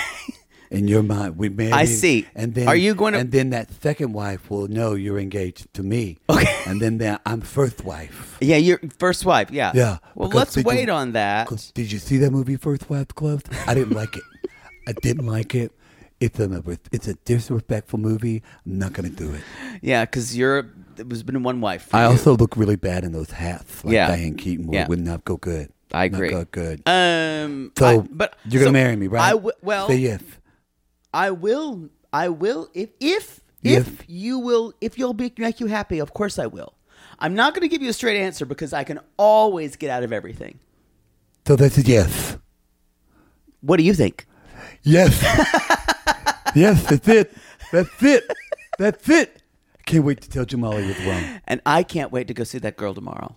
S4: And you're mine. We married.
S5: see.
S4: And then
S5: Are you going to-
S4: And then that second wife will know you're engaged to me. Okay. And then that I'm first wife.
S5: Yeah, your first wife. Yeah.
S4: Yeah.
S5: Well,
S4: because
S5: let's
S4: did you-
S5: wait on that.
S4: Did you see that movie First Wife Club? I didn't like it. I didn't like it. It's a it's a disrespectful movie. I'm not gonna do it.
S5: Yeah, because you're there's been one wife. for
S4: I
S5: you.
S4: also look really bad in those hats. Like
S5: Yeah.
S4: Diane Keaton would,
S5: Yeah.
S4: would not go good.
S5: I
S4: Not
S5: agree.
S4: go good.
S5: um.
S4: so
S5: I- but
S4: you're gonna
S5: so
S4: marry me, right?
S5: I w- well,
S4: say yes.
S5: I will. I will. If if
S4: If.
S5: if you will, if you'll make, make you happy, of course I will. I'm not going to give you a straight answer because I can always get out of everything.
S4: So this is yes.
S5: What do you think?
S4: Yes. yes, that's it. That's it. That's it. I can't wait to tell Jamali what's wrong.
S5: And I can't wait to go see that girl tomorrow.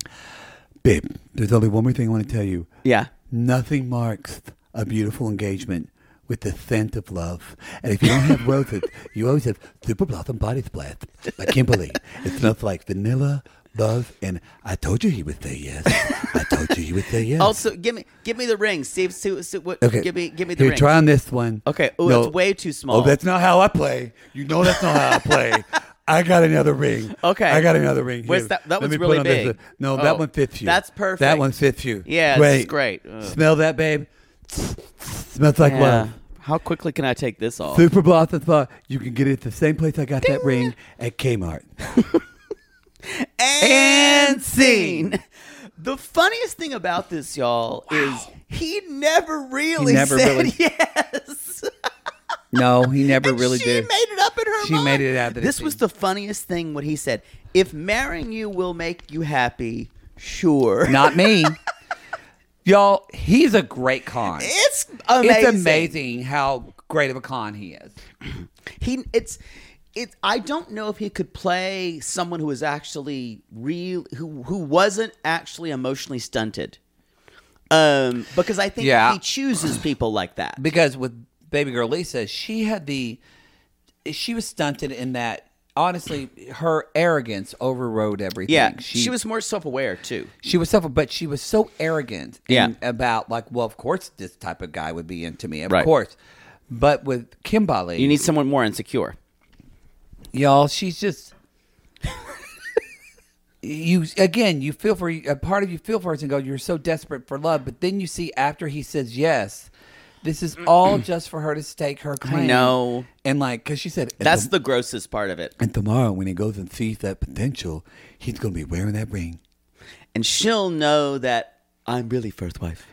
S4: Babe, there's only one more thing I want to tell you.
S5: Yeah.
S4: Nothing marks a beautiful engagement with the scent of love. And if you don't have roses, you always have super blossom body splash like Kimberly. It smells like vanilla, love, and I told you he would say yes. I told you he would say yes.
S5: Also, give me give me the ring. See, if- see, see what?
S4: Okay.
S5: Give me give me the
S4: Here,
S5: ring.
S4: Try on this one.
S5: Okay. Oh,
S4: No.
S5: it's way too small.
S4: Oh, that's not how I play. You know that's not how I play. I got another ring.
S5: Okay.
S4: I got another ring.
S5: Where's
S4: Here,
S5: that- that
S4: let
S5: one's
S4: me put
S5: really
S4: on this
S5: big.
S4: one. No, that
S5: Oh,
S4: one fits you.
S5: that's perfect.
S4: That one fits you.
S5: Yeah, this is great. Ugh.
S4: Smell that, babe. Smells like
S5: Yeah.
S4: love.
S5: How quickly can I take this off?
S4: Super Blossom Spa. You can get it at the same place I got that ring at Kmart.
S5: and scene. The funniest thing about this, y'all, is he never really
S3: never
S5: said
S3: really-
S5: yes.
S3: No, he never really
S5: she
S3: did.
S5: made it up in her
S3: She
S5: mind.
S3: made it up in her
S5: This was
S3: scene.
S5: the funniest thing what he said. If marrying you will make you happy, sure.
S3: Not me. Y'all, he's a great con.
S5: It's amazing.
S3: It's amazing how great of a con he is.
S5: He it's it I don't know if he could play someone who is actually real who who wasn't actually emotionally stunted. Um because I think
S3: Yeah.
S5: he chooses people like that.
S3: Because with baby girl Lisa, she had the she was stunted in that honestly her arrogance overrode everything.
S5: Yeah, she, was more self-aware too.
S3: she was suffer, but she was so arrogant. and-
S5: Yeah.
S3: about like, well, of course this type of guy would be into me, of
S5: Right.
S3: course. But with Kimbali,
S5: You need someone more insecure.
S3: y'all she's just you again you feel for a part of you feel for us and go you're so desperate for love but then you see after he says yes this is all just for her to stake her claim
S5: know.
S3: and like because she said and
S5: That's
S3: tom-
S5: the grossest part of it.
S4: And tomorrow, when he goes and sees that potential, he's going to be wearing that ring.
S5: And she'll know that I'm really first wife.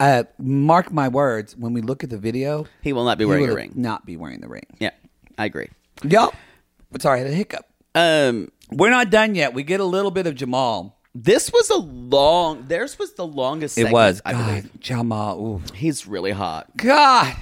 S3: uh, mark my words when we look at the video
S5: He will not be wearing
S3: will
S5: a ring.
S3: not be wearing the ring
S5: Yeah, I agree.
S3: y'all sorry I had a hiccup
S5: Um
S3: we're not done yet we get a little bit of jamal
S5: this was a long theirs was the longest segment, I
S3: god
S5: believe.
S3: jamal ooh.
S5: He's really hot.
S3: god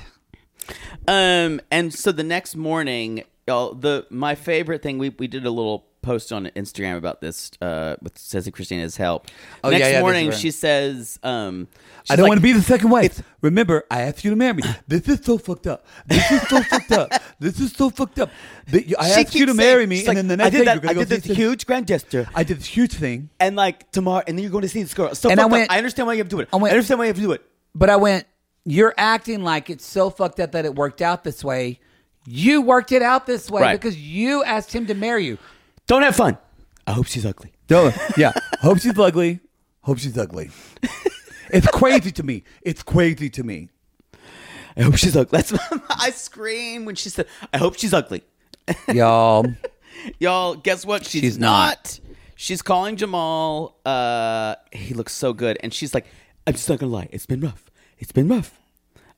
S5: Um, and so the next morning, y'all, the my favorite thing we we did a little post on Instagram about this uh with Ceci Christina's help.
S3: Oh, yeah,
S5: next
S3: yeah, this is
S5: morning,
S3: right.
S5: she says, um,
S4: I don't want to be the second wife. Remember, I asked you to marry me. This is so fucked up. This is so fucked up. This is so fucked up. That you- I asked you to marry me, and then the next
S5: I did
S4: thing
S5: that,
S4: you're gonna
S5: I
S4: go
S5: did
S4: see
S5: this
S4: this-
S5: huge grand gesture.
S4: I did this huge thing.
S5: and like tomorrow, and then you're going to see this girl. So
S3: And I
S5: I,
S3: went-
S5: I understand why you have to do it. I,
S3: went-
S5: understand why you have to do it.
S3: But I went, you're acting like it's so fucked up that it worked out this way. You worked it out this way
S5: Right.
S3: because you asked him to marry you.
S5: Don't have fun. I hope she's ugly.
S4: No, yeah. Hope she's ugly. Hope she's ugly. It's crazy to me. It's crazy to me.
S5: I hope she's ugly. That's I screamed when she said, "I hope she's ugly."
S3: Y'all,
S5: Y'all, guess what? She's,
S3: She's
S5: not.
S3: not.
S5: She's calling Jamal. Uh, he looks so good, and she's like, "I'm just not gonna lie. It's been rough. It's been rough."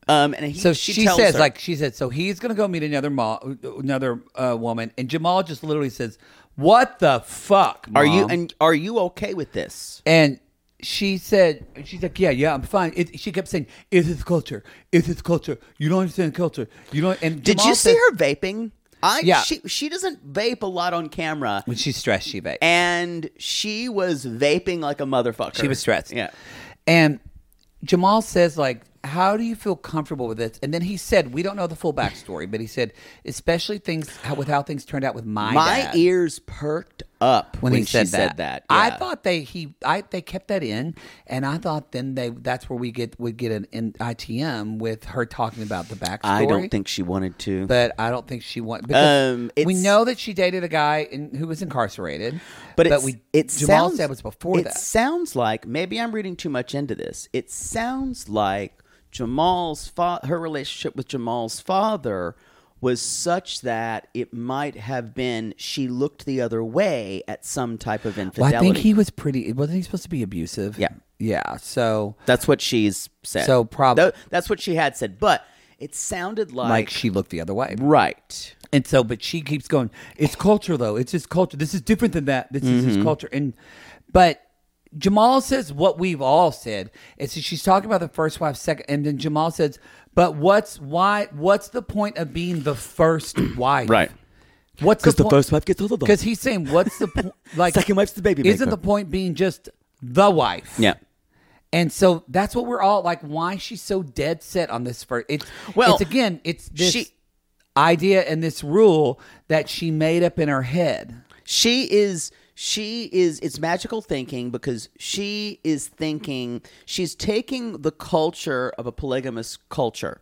S5: Um, and he,
S3: so
S5: she,
S3: she,
S5: tells
S3: says,
S5: her-
S3: like she said, so he's gonna go meet another mom, another uh, woman, and Jamal just literally says, "What the fuck?
S5: "Are you
S3: Mom?"
S5: and are you okay with this?"
S3: and she said,
S4: She's like, yeah, yeah, I'm fine. It, she kept saying, "Is this culture? Is this culture? You don't understand culture. You don't." And
S5: Did
S4: Jamal
S5: you see
S4: said-
S5: her vaping? I
S3: Yeah.
S5: she she doesn't vape a lot on camera,
S3: when she's stressed, she vapes.
S5: and she was vaping like a motherfucker.
S3: She was stressed.
S5: Yeah.
S3: And Jamal says, like, how do you feel comfortable with this? And then he said, we don't know the full backstory, but he said, especially things how, with how things turned out with my
S5: My
S3: dad."
S5: ears perked up when,
S3: when, he
S5: she
S3: said that. I
S5: Yeah.
S3: thought they he I they kept that in, and I thought then they that's where we get would get an, an ITM with her talking about the backstory.
S5: I don't think she wanted to.
S3: But I don't think she want because
S5: Um,
S3: we
S5: it's-
S3: know that she dated a guy in, who was incarcerated.
S5: But, it's,
S3: we
S5: it
S3: Jamal
S5: sounds,
S3: said it was before
S5: it
S3: that.
S5: sounds like maybe I'm reading too much into this. It sounds like Jamal's fa- her relationship with Jamal's father was such that it might have been she looked the other way at some type of
S3: Well,
S5: infidelity.
S3: I think he was pretty. Wasn't he supposed to be abusive?
S5: Yeah.
S3: Yeah. So
S5: that's what she's said.
S3: So probably-
S5: Tho- that's what she had said, but it sounded like,
S3: like she looked the other way.
S5: right.
S3: And so, but she keeps going. It's culture, though. It's his culture. This is different than that. This is
S4: Mm-hmm.
S3: his culture. And but Jamal says what we've all said. And so she's talking about the first wife, second, and then Jamal says, "But what's why? What's the point of being the first wife?
S5: Right.
S3: What's the, point?
S4: wife gets older.
S3: Because he's saying, what's the point? Like
S4: Second wife's the baby
S3: Isn't
S4: maker.
S3: the point being just the wife?
S5: Yeah.
S3: And so that's what we're all like. Why she's so dead set on this first? It's well,
S5: Well,
S3: it's again, it's this
S5: she-
S3: idea and this rule that she made up in her head.
S5: She is she is it's magical thinking because she is thinking she's taking the culture of a polygamous culture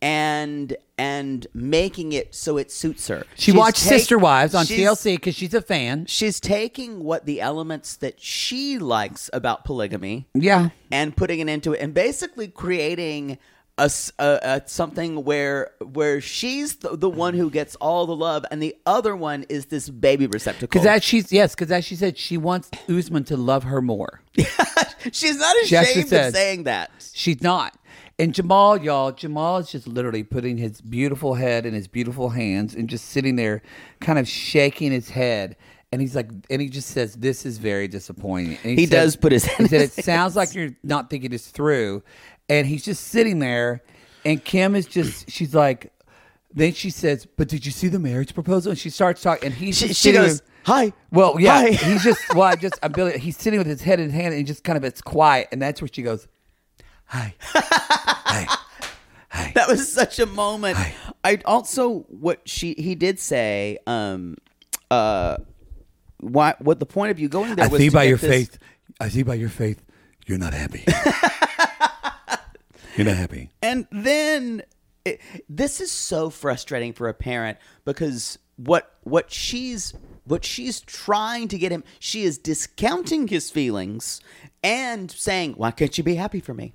S5: and and making it so it suits her.
S3: She
S5: She's
S3: watched
S5: take-
S3: Sister Wives on
S5: she's-
S3: TLC because she's a fan.
S5: She's taking what the elements that she likes about polygamy
S3: Yeah,
S5: and putting it into it and basically creating a, s- a- a something where where she's the, the one who gets all the love and the other one is this baby receptacle.
S3: because as she's yes, because as she said, she wants Usman to love her more.
S5: She's not
S3: She actually
S5: ashamed
S3: said-
S5: of saying that.
S3: She's not. And Jamal, y'all, Jamal is just literally putting his beautiful head in his beautiful hands and just sitting there, kind of shaking his head. And he's like, and he just says, "This is very disappointing." And
S5: He does put his hand
S3: He said,
S5: in
S3: "It sounds like you're not thinking this through," and he's just sitting there. And Kim is just, she's like, then she says, "But did you see the marriage proposal?" And she starts talking, and he's
S5: She,
S3: just
S5: she
S3: sitting
S5: goes,
S3: there-
S5: "Hi."
S3: well, yeah,
S5: Hi.
S3: he's just well, I just I'm Billy. He's sitting with his head in his hand, and he just kind of it's quiet, and that's where she goes, "Hi, hi, hi."
S5: that was such a moment. I also what she he did say. Um, uh, why? What the point of you going there?
S4: I
S5: was
S4: see
S5: to
S4: by
S5: get
S4: your
S5: this-
S4: faith. I see by your faith. You're not happy. you're not happy.
S5: And then it, this is so frustrating for a parent because what what she's what she's trying to get him, she is discounting his feelings and saying, "Why can't you be happy for me?"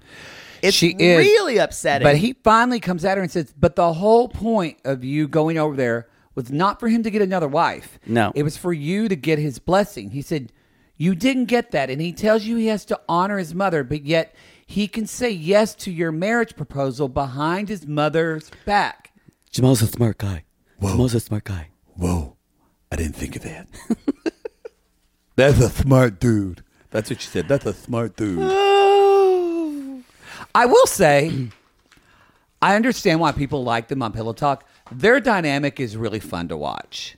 S5: It's
S3: She is,
S5: really upsetting.
S3: But he finally comes at her and says, "But the whole point of you going over there was not for him to get another wife.
S5: No.
S3: it was for you to get his blessing." He said, "You didn't get that," and he tells you he has to honor his mother, but yet he can say yes to your marriage proposal behind his mother's back.
S6: Jamal's a smart guy. Jamal's a smart guy.
S4: Whoa, I didn't think of that. That's a smart dude. That's what she said. That's a smart dude.
S3: I will say, I understand why people like them on Pillow Talk. Their dynamic is really fun to watch.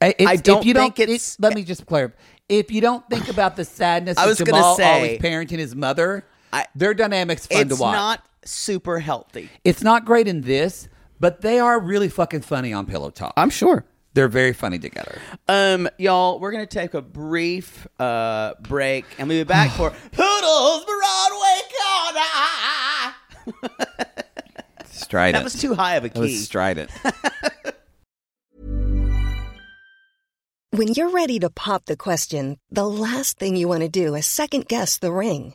S3: I- it's-
S5: I
S3: if
S5: don't
S3: you
S5: think it's-
S3: it- let me just clarify. If you don't think about the sadness
S5: I was
S3: of
S5: gonna
S3: Jamal
S5: say-
S3: always parenting his mother,
S5: I-
S3: their dynamic's fun
S5: it's
S3: to watch.
S5: not super healthy.
S3: it's not great in this, but they are really fucking funny on Pillow Talk.
S5: sure.
S3: They're very funny together.
S5: Um, y'all, we're gonna take a brief uh break and we'll be back for Poodles Broadway Corner.
S3: Strident.
S5: That was too high of a key.
S3: strident.
S7: When you're ready to pop the question, the last thing you want to do is second guess the ring.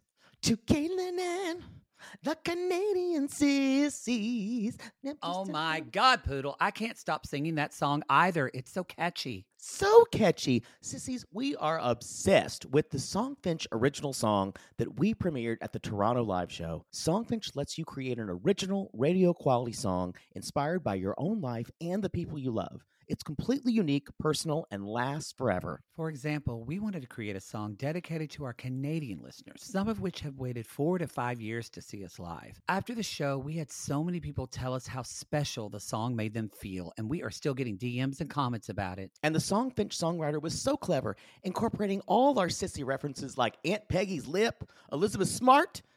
S8: to Caitlin and the Canadian sissies. Now,
S3: Oh
S8: just a
S3: my
S8: few-
S3: God, Poodle. I can't stop singing that song either. It's so catchy.
S8: So catchy. Sissies, we are obsessed with the Songfinch original song that we premiered at the Toronto Live Show. Songfinch lets you create an original radio quality song inspired by your own life and the people you love. It's completely unique, personal, and lasts forever.
S3: For example, we wanted to create a song dedicated to our Canadian listeners, some of which have waited four to five years to see us live. After the show, we had so many people tell us how special the song made them feel, and we are still getting DMs and comments about it.
S8: And the Songfinch songwriter was so clever, incorporating all our sissy references like Aunt Peggy's lip, Elizabeth Smart,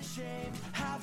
S9: ashamed. Have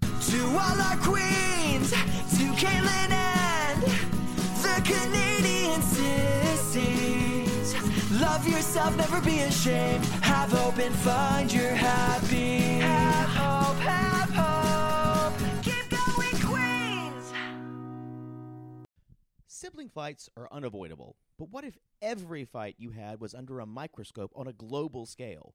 S9: To all our queens, to Caitlin and the Canadian sissies. Love yourself, never be ashamed. Have hope and find your happy. Have hope, have hope. Keep going, Queens.
S8: Sibling fights are unavoidable, but what if every fight you had was under a microscope on a global scale?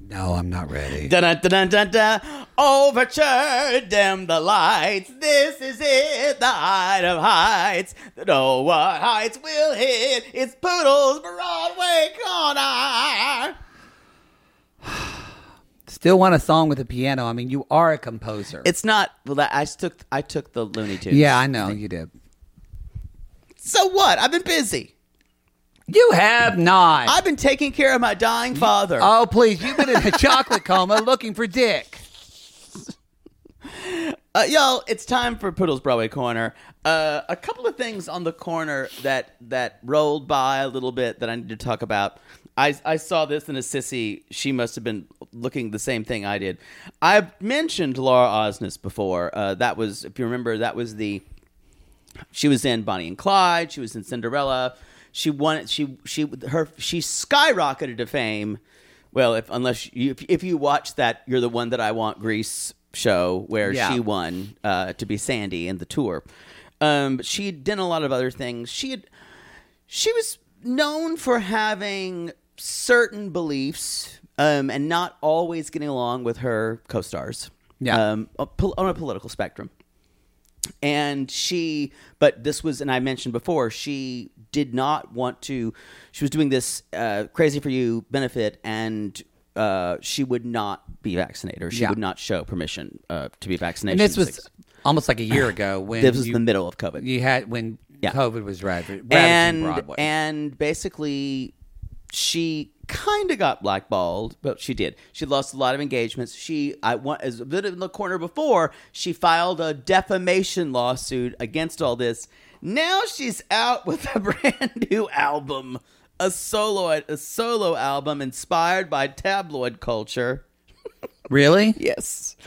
S3: No, I'm not ready.
S5: Dun, dun, dun, dun, dun, dun. Overture, dim the lights. This is it, the height of heights. No one heights will hit. It's Poodle's Broadway Corner.
S3: Still want a song with a piano. I mean, you are a composer.
S5: It's not. Well, that, I just took. I took the Looney Tunes.
S3: yeah, I know you did.
S5: So what? I've been busy.
S3: You have not.
S5: I've been taking care of my dying father.
S3: oh, please. You've been in a chocolate coma looking for Dick.
S5: Uh, y'all, it's time for Poodle's Broadway Corner. Uh, a couple of things on the corner that that rolled by a little bit that I need to talk about. I, I saw this in a sissy. She must have been looking the same thing I did. I've mentioned Laura Osnes before. Uh, that was, if you remember, that was the she was in Bonnie and Clyde. She was in Cinderella. She won. She she her she skyrocketed to fame. Well, if unless you if, if you watch that, you're the one that I want Grease show where
S3: Yeah.
S5: she won uh, to be Sandy in the tour. Um, but she had done a lot of other things. She had she was known for having certain beliefs um, and not always getting along with her co-stars.
S3: Yeah.
S5: um, a pol- on a political spectrum and she but this was and i mentioned before she did not want to she was doing this uh, crazy for you benefit and uh, she would not be vaccinated or she
S3: Yeah.
S5: would not show permission uh, to be vaccinated
S3: And this was almost like a year ago when
S5: this was
S3: you,
S5: the middle of covid
S3: you had when
S5: Yeah.
S3: COVID was rav- ravaging
S5: and
S3: Broadway.
S5: and basically she kind of got blackballed, but she did. She lost a lot of engagements. She, I want as a bit in the corner before, she filed a defamation lawsuit against all this. Now she's out with a brand new album, a solo a solo album inspired by tabloid culture.
S3: Really?
S5: Yes.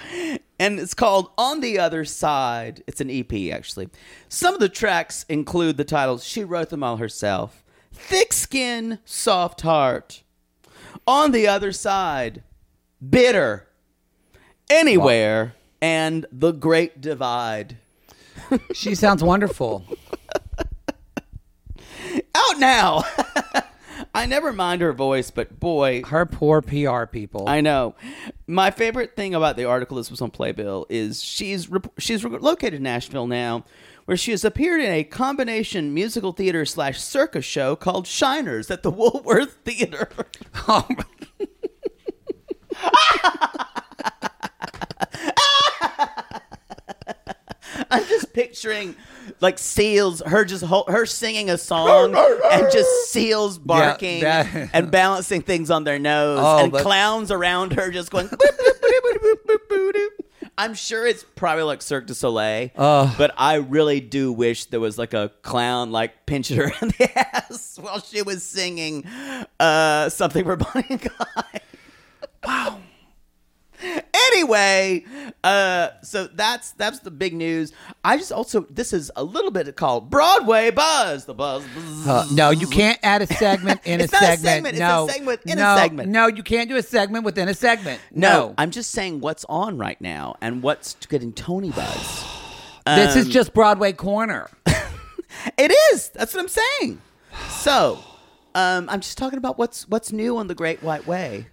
S5: And it's called On the Other Side. It's an EP, actually. Some of the tracks include the titles. She wrote them all herself Thick Skin, Soft Heart. On the Other Side. Bitter. Anywhere. And The Great Divide.
S3: She sounds wonderful.
S5: Out now. I never mind her voice, but boy,
S3: Her poor PR people.
S5: I know. My favorite thing about the article this was on Playbill is she's rep- she's re- located in Nashville now, where she has appeared in a combination musical theater slash circus show called Shiners at the Woolworth Theater. I'm just picturing like seals, her just ho- her singing a song and just seals barking
S3: that-
S5: and balancing things on their nose
S3: Oh,
S5: and
S3: but-
S5: clowns around her just going. boop, boop, boop, boop, boop, boop, boop, boop. I'm sure it's probably like Cirque du Soleil, but I really do wish there was like a clown like pinching her in the ass while she was singing uh, something for Bonnie and Clyde. Anyway, uh, so that's that's the big news. I just also this is a little bit called Broadway Buzz. The buzz. buzz.
S3: Uh, no, you can't add a segment in
S5: It's
S3: a
S5: not a
S3: segment.
S5: segment, it's a
S3: No,
S5: segment in a
S3: no,
S5: segment.
S3: No, you can't do a segment within a segment. No,
S5: I'm just saying what's on right now and what's getting Tony buzz. Um,
S3: this is just Broadway corner.
S5: It is. That's what I'm saying. So, um, I'm just talking about what's what's new on the Great White Way.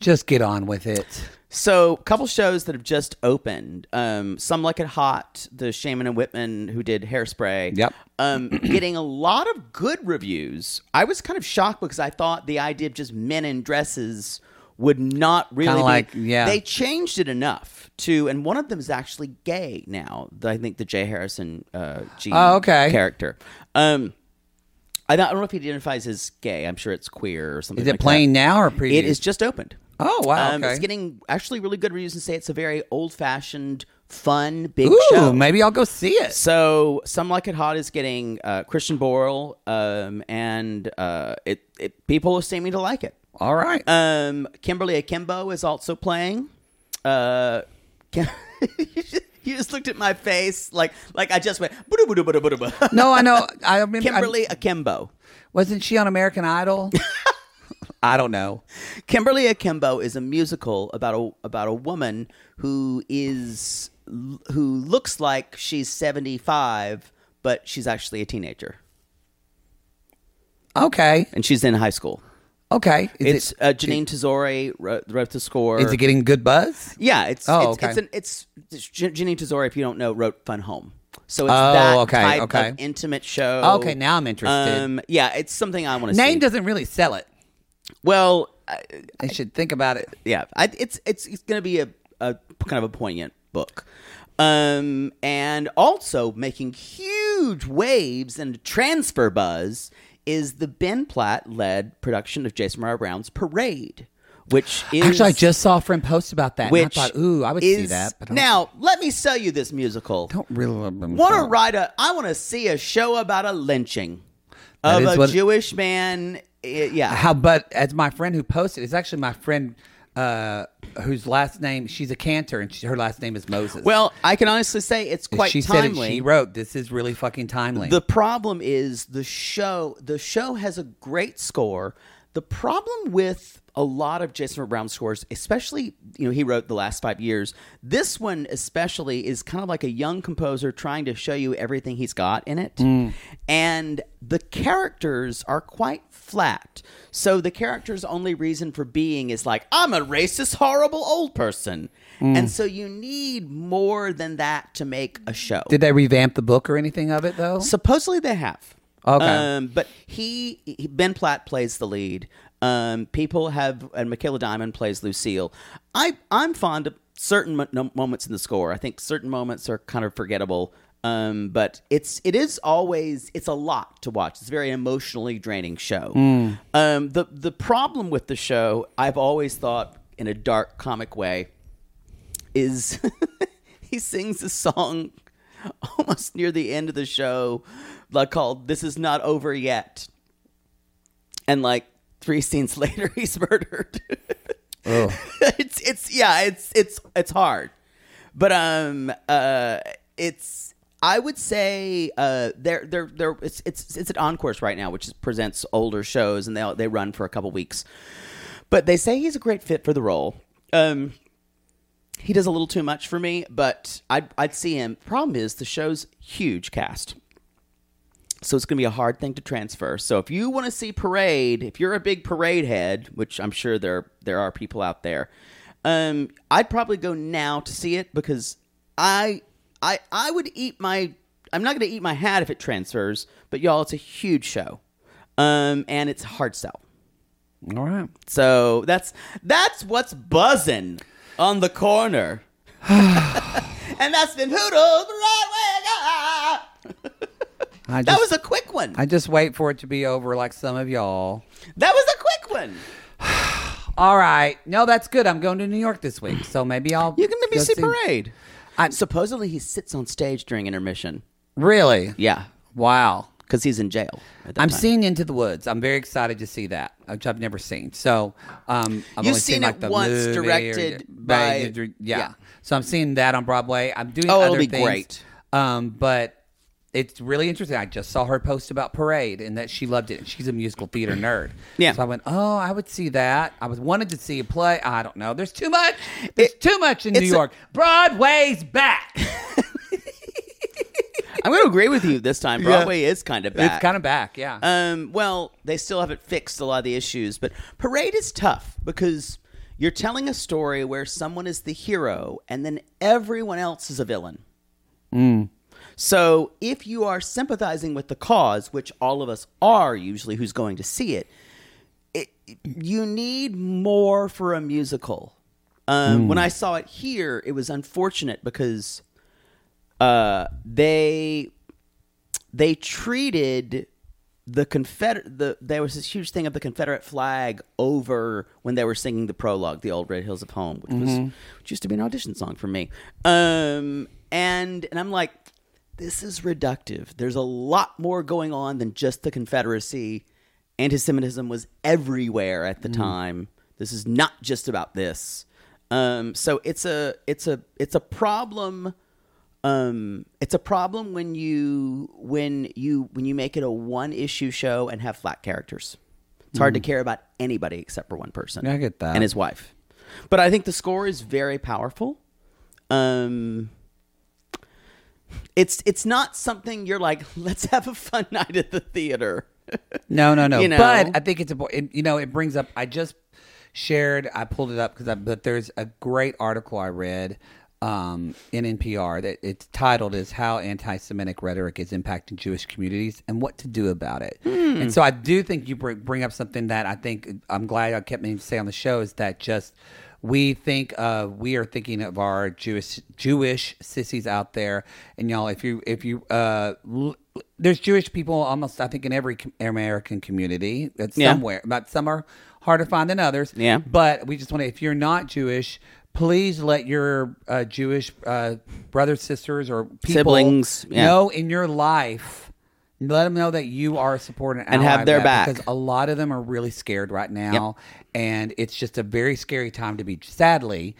S3: Just get on with it.
S5: So, a couple shows that have just opened. Um, Some Like It Hot, the Shaman and Whitman who did Hairspray.
S3: Yep.
S5: Um, getting a lot of good reviews. I was kind of shocked because I thought the idea of just men in dresses would not really
S3: Kinda
S5: be-
S3: like- yeah.
S5: They changed it enough to, and one of them is actually gay now. The- I think the Jay Harrison uh, G
S3: Oh, okay.
S5: character. Um, I don't, I don't know if he identifies as gay. I'm sure it's queer or something.
S3: Is it
S5: like that.
S3: playing now or preview?
S5: It is just opened.
S3: Oh, wow,
S5: Um,
S3: okay.
S5: It's getting actually really good reviews and say it's a very old fashioned, fun, big
S3: Ooh,
S5: show.
S3: maybe I'll go see it.
S5: So, Some Like It Hot is getting uh, Christian Borle, um, and uh, it, it people are seeming to like it.
S3: All right.
S5: Um, Kimberly Akimbo is also playing. Uh, Kim- you just- you just looked at my face like like I just went. "Boo-doo, boo-doo, boo-doo, boo-doo, boo."
S3: no, I know. I remember.
S5: Kimberly Akimbo.
S3: I- wasn't she on American Idol? I don't know.
S5: Kimberly Akimbo is a musical about a about a woman who is who looks like she's 75 but she's actually a teenager
S3: Okay.
S5: and she's in high school.
S3: Okay. Is
S5: It's
S3: it,
S5: uh, Janine Tesori wrote, wrote the score.
S3: is it getting good buzz?
S5: yeah, it's
S3: Oh,
S5: it's,
S3: okay.
S5: it's an it's, it's Jan- Janine Tesori if you don't know wrote Fun Home. So it's
S3: Oh,
S5: that
S3: okay,
S5: type
S3: okay.
S5: of intimate show.
S3: Okay, now I'm interested.
S5: Um, yeah, it's something I want to see.
S3: Name doesn't really sell it.
S5: well, I,
S3: They should think about it.
S5: yeah, I, it's it's it's going to be a, a kind of a poignant book, um, and also making huge waves and transfer buzz is the Ben Platt led production of Jason Mara Brown's Parade, which is
S3: Actually, I just saw a friend post about that.
S5: which
S3: and I thought, ooh, I would see
S5: is-
S3: that. But I don't-
S5: now, let me sell you this musical.
S3: don't really want
S5: want to write a? I want to see a show about a lynching
S3: That
S5: of
S3: is
S5: a
S3: what-
S5: Jewish man. i- yeah,
S3: How, but as my friend who posted, it's actually my friend uh, whose last name she's a cantor, and she, her last name is Moses.
S5: Well, I can honestly say it's
S3: And
S5: quite
S3: she
S5: timely.
S3: said it, she wrote, "This is really fucking timely."
S5: The problem is the show. The show has a great score. The problem with a lot of Jason Brown scores, especially you know he wrote the last five years. This one especially is kind of like a young composer trying to show you everything he's got in it, and the characters are quite flat. So the character's only reason for being is like I'm a racist, horrible old person, and so you need more than that to make a show.
S3: Did they revamp the book or anything of it though?
S5: Supposedly they have.
S3: Okay.
S5: Um, but he, he- Ben Platt plays the lead. Um, people have and Michaela Diamond plays Lucille. I I'm fond of certain mo- no- moments in the score. I think certain moments are kind of forgettable. Um, but it's it is always it's a lot to watch. It's a very emotionally draining show. Um, the the problem with the show, I've always thought in a dark comic way, is he sings a song almost near the end of the show, like called "This Is Not Over Yet," and like three scenes later, he's murdered. it's it's yeah, it's it's it's hard, but um uh, it's I would say uh they're they're they're it's it's it's at Encores right now, which is, presents older shows, and they they run for a couple weeks, but they say he's a great fit for the role. Um he does a little too much for me, but I'd, I'd see him. Problem is, the show's huge cast. So it's going to be a hard thing to transfer. So if you want to see Parade, if you're a big Parade head, which I'm sure there there are people out there, um, I'd probably go now to see it because I I I would eat my I'm not going to eat my hat if it transfers, but y'all, it's a huge show, um, and it's a hard sell.
S4: All right.
S5: So that's that's what's buzzing on the corner. and that's been Hoodle Broadway.
S3: I
S5: That
S3: just,
S5: was a quick one.
S3: I just wait for it to be over, like some of y'all.
S5: That was a quick one.
S3: All right, no, that's good. I'm going to New York this week, so maybe I'll.
S5: You can maybe
S3: go
S5: see Parade. Supposedly he sits on stage during intermission.
S3: Really?
S5: Yeah,
S3: Wow.
S5: because he's in jail. at that
S3: I'm
S5: time.
S3: seeing Into the Woods. I'm very excited to see that, which I've never seen. So um, I've
S5: You've
S3: only
S5: seen
S3: like,
S5: it
S3: the
S5: once,
S3: movie or-
S5: directed
S3: but-
S5: by-
S3: yeah.
S5: yeah.
S3: So I'm seeing that on Broadway. I'm doing.
S5: Oh,
S3: other
S5: it'll be
S3: things,
S5: great.
S3: Um, but it's really interesting. I just saw her post about Parade and that she loved it. And she's a musical theater nerd.
S5: Yeah.
S3: So I went, oh, I would see that. I was wanted to see a play. I don't know. There's too much. There's too much in New
S5: it's a-
S3: York. Broadway's back.
S5: I'm going to agree with you this time. Broadway is kind of bad.
S3: It's kind of back. Yeah.
S5: Um, well, they still haven't fixed a lot of the issues, but Parade is tough because you're telling a story where someone is the hero and then everyone else is a villain. So if you are sympathizing with the cause, which all of us are usually who's going to see it, it you need more for a musical. Um, When I saw it here, it was unfortunate because uh, they they treated the Confederate. The, there was this huge thing of the Confederate flag over when they were singing the prologue, "The Old Red Hills of Home," which was which used to be an audition song for me. Um, and and I'm like, this is reductive. There's a lot more going on than just the Confederacy. Anti-Semitism was everywhere at the time. This is not just about this. Um, so it's a it's a it's a problem um, it's a problem when you when you when you make it a one issue show and have flat characters. It's hard to care about anybody except for one person.
S3: Hmm. I get that.
S5: and his wife. But I think the score is very powerful. Um, it's it's not something you're like, let's have a fun night at the theater.
S3: No, no, no.
S5: You know?
S3: But I think it's important. It, you know, it brings up. I just shared. I pulled it up because I. But there's a great article I read um, in NPR that it's titled is how anti-Semitic rhetoric is impacting Jewish communities and what to do about it. And so I do think you bring bring up something that I think I'm glad I kept meaning to say on the show is that just we think uh, we are thinking of our Jewish Jewish sissies out there, and y'all, if you if you uh, l- there's Jewish people almost I think in every com- American community that's
S5: Yeah.
S3: somewhere, but some are harder to find than others.
S5: Yeah.
S3: but we just want to if you're not Jewish. Please let your uh, Jewish uh, brothers, sisters, or people
S5: Siblings, yeah.
S3: know in your life. Let them know that you are supporting
S5: And have their back.
S3: because a lot of them are really scared right now, and it's just a very scary time to be. Sadly,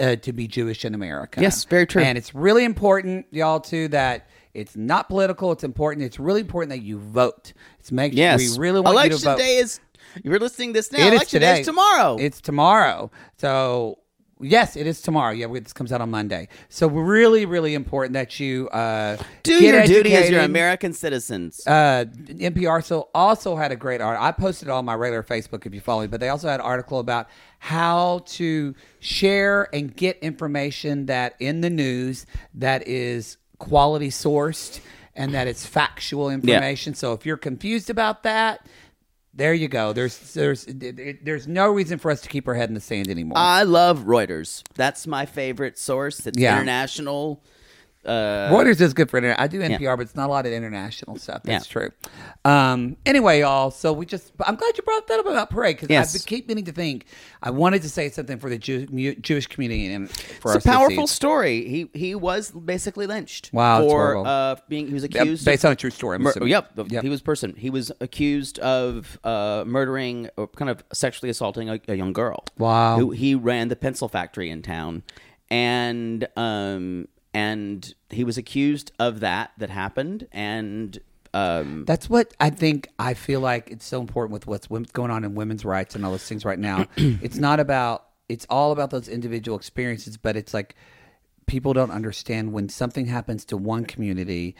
S3: uh, to be Jewish in America.
S5: Yes, very true.
S3: And it's really important, y'all, too, that it's not political. It's important. It's really important that you vote. It's make
S5: Yes,
S3: we really want
S5: election
S3: you to vote.
S5: day is. You're listening to this now.
S3: It is
S5: election day is tomorrow.
S3: It's tomorrow. So yes, it is tomorrow. Yeah, we- this comes out on Monday. So really, really important that you uh,
S5: do
S3: get
S5: your duty as your
S3: educated.
S5: American citizens.
S3: Uh, NPR so also had a great article. I posted it on my regular Facebook if you follow me, but they also had an article about how to share and get information that in the news that is quality sourced and that it's factual information. So if you're confused about that, there you go. There's there's there's no reason for us to keep our head in the sand anymore.
S5: I love Reuters. That's my favorite source. It's
S3: Yeah.
S5: international. Uh,
S3: Reuters is good for internet. I do NPR, but it's not a lot of international stuff. That's true. Um, anyway, y'all. So we just. but I'm glad you brought that up about parade because
S5: Yes.
S3: I keep meaning to think. I wanted to say something for the Jew, mu- Jewish community and for
S5: it's
S3: our
S5: a powerful
S3: sissies.
S5: story. He he was basically lynched.
S3: Wow, that's
S5: for
S3: horrible.
S5: uh, being he was
S3: Yeah,
S5: accused
S3: based
S5: of,
S3: on a true story. I'm
S5: mur-
S3: assuming.
S5: yep, the- he was person. He was accused of uh, murdering or kind of sexually assaulting a, a young girl.
S3: Wow.
S5: who he ran the pencil factory in town, and um and he was accused of that that happened and um
S3: That's what I think. I feel like it's so important with what's wom- going on in women's rights and all those things right now. it's not about. It's all about those individual experiences, but it's like people don't understand when something happens to one community,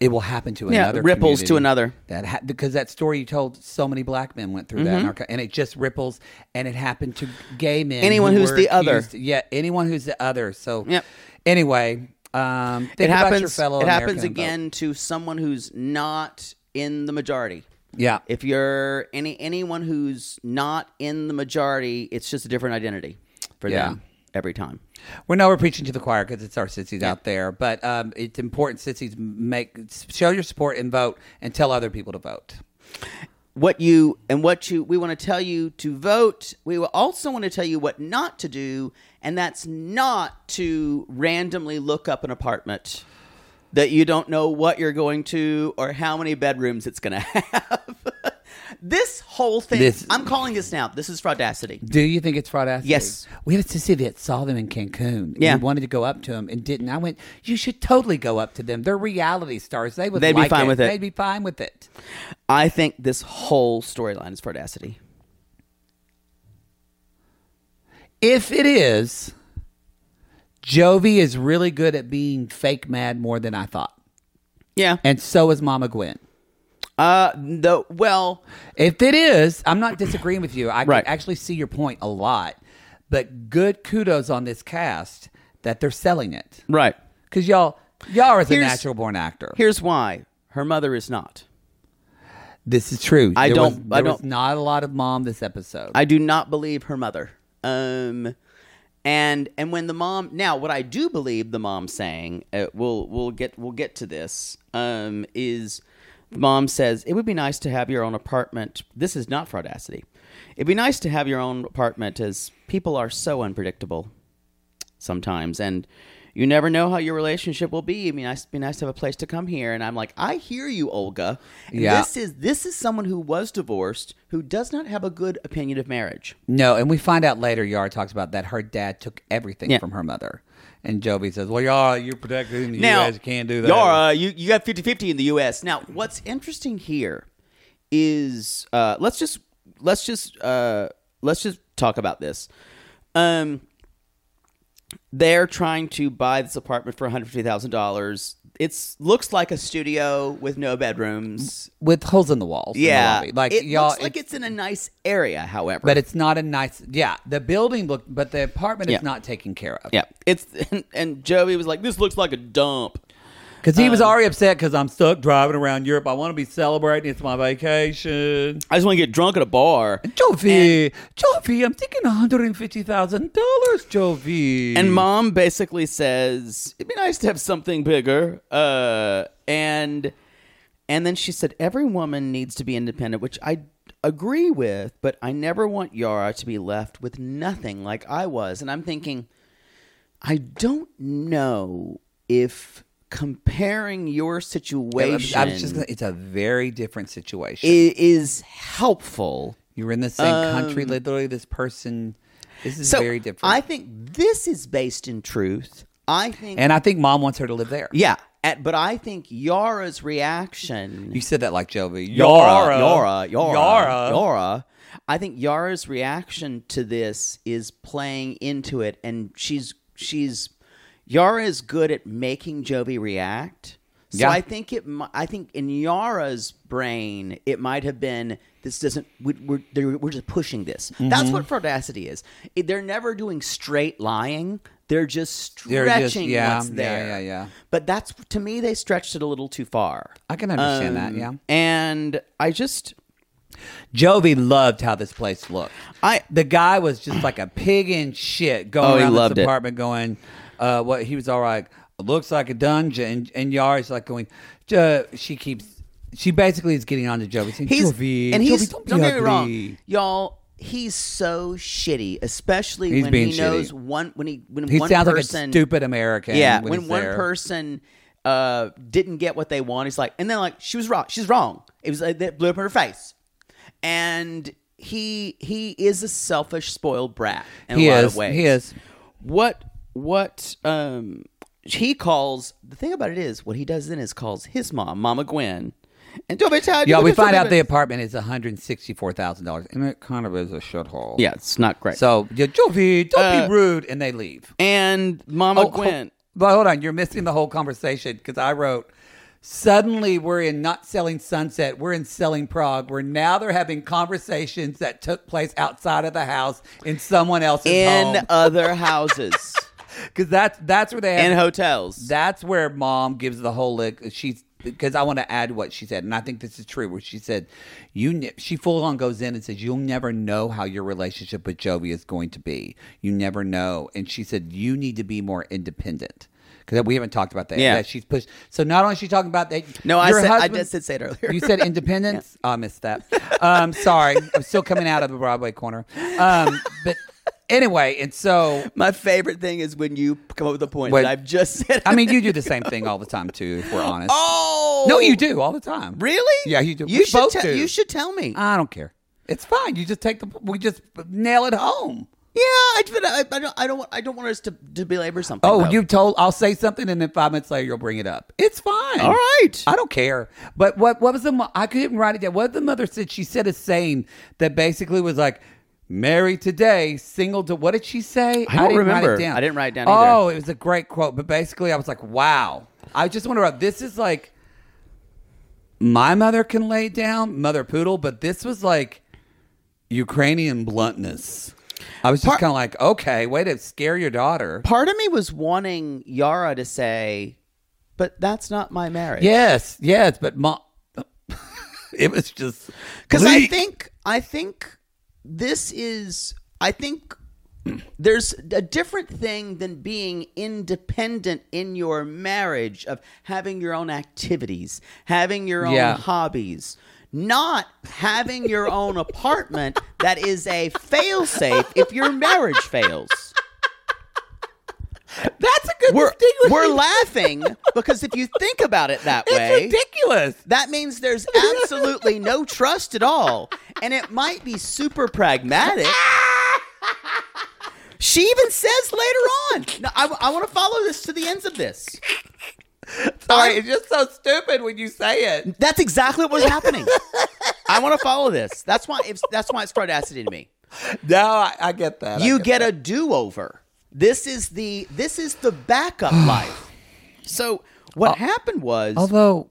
S3: it will happen to
S5: Yeah,
S3: another.
S5: ripples to
S3: community.
S5: another.
S3: That ha- because that story you told, so many black men went through that,
S5: mm-hmm.
S3: in our co- and it just ripples, and it happened to gay men.
S5: Anyone
S3: who
S5: who's
S3: were
S5: the other.
S3: accused- Yeah, anyone who's the other. So,
S5: Yep.
S3: anyway, um, think
S5: it
S3: about
S5: happens
S3: Your fellow
S5: it happens
S3: American and vote.
S5: again to someone who's not in the majority.
S3: Yeah.
S5: If you're any anyone who's not in the majority, it's just a different identity for
S3: Yeah.
S5: them every time.
S3: We're now we're preaching to the choir because it's our sissies out there, but um, it's important sissies make show your support and vote and tell other people to vote.
S5: What you and what you we want to tell you to vote. We will also want to tell you what not to do, and that's not to randomly look up an apartment that you don't know what you're going to or how many bedrooms it's going to have. this whole thing,
S3: This-
S5: I'm calling this now. This is fraudacity.
S3: Do you think it's fraud? athlete?
S5: Yes.
S3: we had a sissy that saw them in Cancun.
S5: Yeah.
S3: we wanted to go up to them and didn't. I went. You should totally go up to them. They're reality stars. They would.
S5: They'd be
S3: like
S5: fine with it.
S3: They'd be fine with it.
S5: I think this whole storyline is fraudacity.
S3: If it is, Jovi is really good at being fake mad more than I thought,
S5: Yeah.
S3: and so is Mama Gwen.
S5: Uh, the well,
S3: If it is, I'm not disagreeing with you. I can
S5: Right.
S3: actually see your point a lot, but good kudos on this cast that they're selling it
S5: right.
S3: because y'all, y'all are the
S5: Here's-
S3: natural born actor.
S5: Here's why her mother is not.
S3: this is true.
S5: I
S3: There
S5: don't-
S3: Was,
S5: I
S3: there was
S5: don't-
S3: not a lot of mom this episode.
S5: I do not believe her mother. Um, and and when the mom now, what I do believe the mom saying, uh, we'll we'll get we'll get to this. Um, is the mom says it would be nice to have your own apartment. This is not fraudacity. It'd be nice to have your own apartment, as people are so unpredictable sometimes, and you never know how your relationship will be. I mean, it'd be nice to have a place to come here. And I'm like, I hear you, Olga. And
S3: Yeah.
S5: This is this is someone who was divorced who does not have a good opinion of marriage.
S3: no, and we find out later. Yara talks about that her dad took everything
S5: Yeah.
S3: from her mother, and Jovi says, "Well, Yara, you're protected. and You
S5: now
S3: guys can't do that."
S5: Yara, you you got 50-50 in the U.S. Now, what's interesting here is uh, let's just let's just uh, let's just talk about this. Um, they're trying to buy this apartment for one hundred fifty thousand dollars. It's looks like a studio with no bedrooms.
S3: with holes in the walls. in the
S5: Yeah,
S3: lobby. like
S5: it
S3: y'all,
S5: looks like it's in a nice area. However,
S3: but it's not a nice. Yeah, the building looked, but the apartment
S5: Yeah.
S3: is not taken care of.
S5: yeah, it's and, and Joey was like, "This looks like a dump."
S3: Because he was
S5: Um,
S3: already upset because I'm stuck driving around Europe. I want to be celebrating. It's my vacation.
S5: I just want to get drunk at a bar.
S3: Jovi, Jovi, I'm thinking $150,000, Jovi.
S5: And mom basically says, "It'd be nice to have something bigger." Uh, and and then she said, "Every woman needs to be independent," which I agree with, but I never want Yara to be left with nothing like I was. And I'm thinking, I don't know if comparing your
S3: I
S5: situation
S3: was, I was just gonna, it's a very different situation.
S5: i- is helpful.
S3: You're in the same country. Literally, this person, this is
S5: um, So
S3: very different.
S5: I think this is based in truth. I think
S3: and I think mom wants her to live there.
S5: Yeah, at, but I think Yara's reaction,
S3: You said that like Jovi.
S5: Yara, Yara, Yara,
S3: Yara.
S5: Yara. I think Yara's reaction to this is playing into it, and she's she's Yara is good at making Jovi react. So
S3: Yeah.
S5: I think it. mi- I think in Yara's brain, it might have been this doesn't. We, we're they're- we're just pushing this.
S3: Mm-hmm.
S5: That's what fraudacity is. It- they're never doing straight lying. They're just
S3: They're just-
S5: stretching
S3: yeah,
S5: what's
S3: yeah,
S5: there.
S3: yeah, yeah.
S5: But that's to me, they stretched it a little too far.
S3: I can understand
S5: Um,
S3: that, yeah.
S5: And I just
S3: Jovi loved how this place looked.
S5: I-
S3: the guy was just like a pig in shit going
S5: Oh, he
S3: around
S5: loved it.
S3: this apartment, going, uh, "What he was all right. looks like a dungeon, and, and Yari's like going. "Jo-" she keeps. She basically is getting on to Joey. saying,
S5: He's
S3: "Jovi,
S5: and he's
S3: Jovi,
S5: don't,
S3: be
S5: get me
S3: ugly."
S5: wrong, y'all. He's so shitty, especially
S3: He's
S5: when
S3: being
S5: he knows
S3: shitty.
S5: one when he when
S3: He
S5: one
S3: sounds
S5: person
S3: like a stupid American.
S5: yeah
S3: when, he's
S5: one
S3: there.
S5: person uh didn't get what they want he's like and then like she was wrong she's wrong it was like that blew up in her face and he he is a selfish spoiled brat in
S3: He
S5: a lot
S3: is.
S5: of ways
S3: He is.
S5: what what um he calls the thing about it is what he does then is calls his mom mama gwen and don't be tired
S3: Yeah, we find out the
S5: they
S3: apartment is one hundred sixty-four thousand dollars, and it kind of is a shithole.
S5: yeah it's not great
S3: So yeah, Jovi, don't
S5: Uh,
S3: be rude, and they leave.
S5: and mama
S3: Oh,
S5: gwen
S3: Hold, but hold on, you're missing the whole conversation because I wrote. Suddenly, we're in not selling Sunset. We're in selling Prague. Where now they're having conversations that took place outside of the house in someone else's
S5: in
S3: home.
S5: other houses
S3: Because that's that's where they have,
S5: in hotels
S3: That's where mom gives the whole lick. She's because I want to add what she said, and I think this is true. Where she said, "You," ne- she full on goes in and says, "You'll never know how your relationship with Jovi is going to be. You never know." And she said, "You need to be more independent." Because we haven't talked about that.
S5: Yeah.
S3: That she's pushed. So not only is she talking about that.
S5: No, I
S3: your
S5: said- I
S3: husband-
S5: just did say it earlier.
S3: You said independence. Oh, I missed that. Um, sorry, I'm still coming out of the Broadway corner. Um, but anyway, and so
S5: My favorite thing is when you come up with a point
S3: Wait.
S5: that I've just said.
S3: I mean, you do the same thing all the time too. If we're honest.
S5: oh
S3: No, you do all the time.
S5: Really?
S3: Yeah, you do.
S5: You
S3: we
S5: should.
S3: both
S5: te-
S3: do. Uh,
S5: You should tell me.
S3: I don't care. It's fine. You just take the. We just nail it home.
S5: yeah, I, but I, I don't. I don't want. I don't want us to, to belabor something.
S3: Oh,
S5: though.
S3: you told. I'll say something, and then five minutes later, you'll bring it up. It's fine.
S5: All right.
S3: I don't care. But what? What was the? mo- I couldn't write it down. What the mother said? She said a saying that basically was like. Married today, single to what did she say? I,
S5: don't
S3: didn't Write
S5: remember.
S3: it down.
S5: I didn't write it down either.
S3: Oh, it was a great quote, but basically, I was like, "Wow!" I just wonder about this. Is like my mother can lay down, mother poodle, but this was like Ukrainian bluntness. I was just
S5: Part-
S3: kind of like, okay, way to scare your daughter.
S5: Part of me was wanting Yara to say, "But that's not my marriage."
S3: Yes, yes, but mom, it was just
S5: because I
S3: bleak.
S5: think I think this is I think there's a different thing than being independent in your marriage of having your own activities, having your own
S3: Yeah.
S5: hobbies, not having your own apartment that is a failsafe if your marriage fails.
S3: that's a good.
S5: We're
S3: distinguishing-
S5: we're laughing because if you think about it that
S3: It's
S5: way,
S3: ridiculous.
S5: that means there's absolutely no trust at all. And it might be super pragmatic. She even says later on, no, I, want to follow this to the ends of this.
S3: Sorry, it's just so stupid when you say it.
S5: That's exactly what was happening. I want to follow this. That's why it's, that's why it's crudacity to me.
S3: No, I, I get that. I
S5: You get a do-over. This is the this is the backup life. So what happened was
S3: Oh. Although,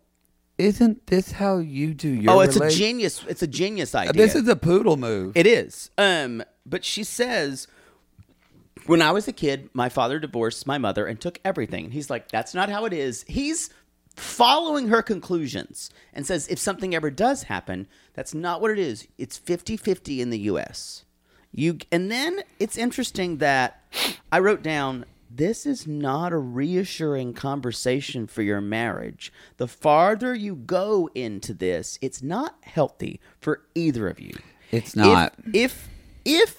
S3: isn't this how you do your?
S5: oh, it's a
S3: rela-
S5: genius it's a genius idea.
S3: Uh, This is a poodle move.
S5: It is. Um, but she says, when I was a kid, my father divorced my mother and took everything. He's like, that's not how it is. He's following her conclusions and says, if something ever does happen, that's not what it is. It's 50 50 in the US. You and then it's interesting that I wrote down this is not a reassuring conversation for your marriage. The farther you go into this, it's not healthy for either of you.
S3: It's not.
S5: If if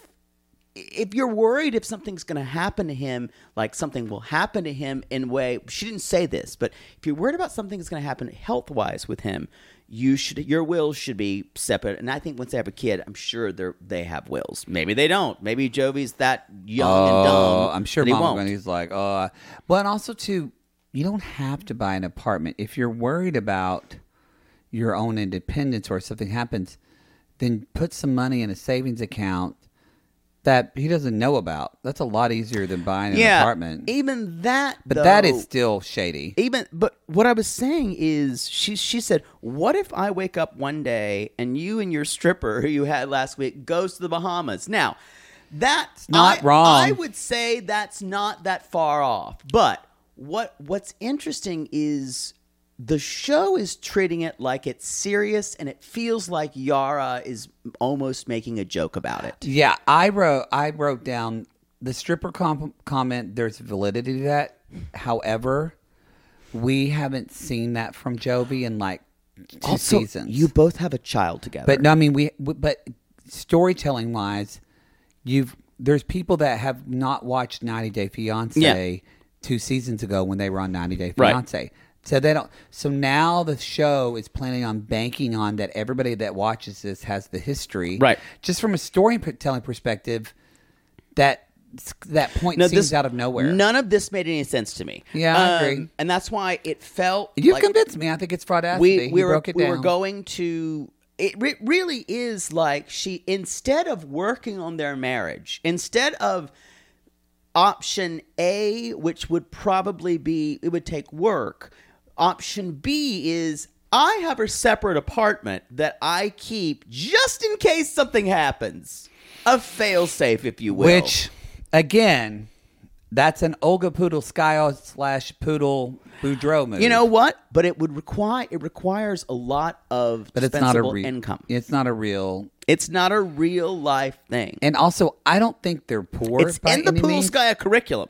S5: if, if you're worried if something's going to happen to him, like something will happen to him in way she didn't say this, but if you're worried about something that's going to happen health wise with him, you should your wills should be separate. And I think once they have a kid, I'm sure they are they have wills. Maybe they don't. Maybe Jovi's that young and
S3: Oh,
S5: dumb.
S3: I'm sure
S5: that he
S3: Mama
S5: won't.
S3: Gwenny's like, uh, but also too, you don't have to buy an apartment if you're worried about your own independence or if something happens. Then put some money in a savings account that he doesn't know about. That's a lot easier than buying an
S5: yeah,
S3: apartment.
S5: Even that,
S3: but that
S5: though-
S3: is still shady.
S5: even but what I was saying is she she said, "What if I wake up one day and you and your stripper who you had last week goes to the Bahamas?" Now, that's
S3: not
S5: I-
S3: wrong.
S5: I would say that's not that far off. But what what's interesting is the show is treating it like it's serious and it feels like Yara is almost making a joke about it.
S3: Yeah, I wrote I wrote down the stripper com- comment. There's validity to that. However, we haven't seen that from Jovi in like two
S5: Also,
S3: seasons.
S5: you both have a child together.
S3: But no, I mean we. w- But storytelling wise, you've there's people that have not watched 90 Day Fiance two seasons ago when they were on 90 Day
S5: Right.
S3: Fiance. So they don't. So now the show is planning on banking on that everybody that watches this has the history,
S5: Right.
S3: Just from a storytelling perspective, that that point
S5: No,
S3: seems
S5: this-
S3: out of nowhere.
S5: None of this made any sense to me. Um,
S3: Yeah, I agree.
S5: And that's why it felt.
S3: you
S5: like
S3: convinced me. I think it's fraudacity.
S5: We, we
S3: you
S5: were
S3: broke it
S5: we
S3: down.
S5: were going to. It re- really is like she instead of working on their marriage, instead of option A, which would probably be it would take work. Option B is I have a separate apartment that I keep just in case something happens. A fail safe, if you will.
S3: Which, again, that's an Olga Poodle Sky slash Poodle Boudreaux movie.
S5: You know what? But it would require it requires a lot of
S3: but it's not a
S5: dispensable
S3: real
S5: income.
S3: It's not a real.
S5: It's not a real life thing.
S3: And also, I don't think they're poor.
S5: it's
S3: by
S5: in the
S3: any
S5: pool
S3: means.
S5: sky curriculum,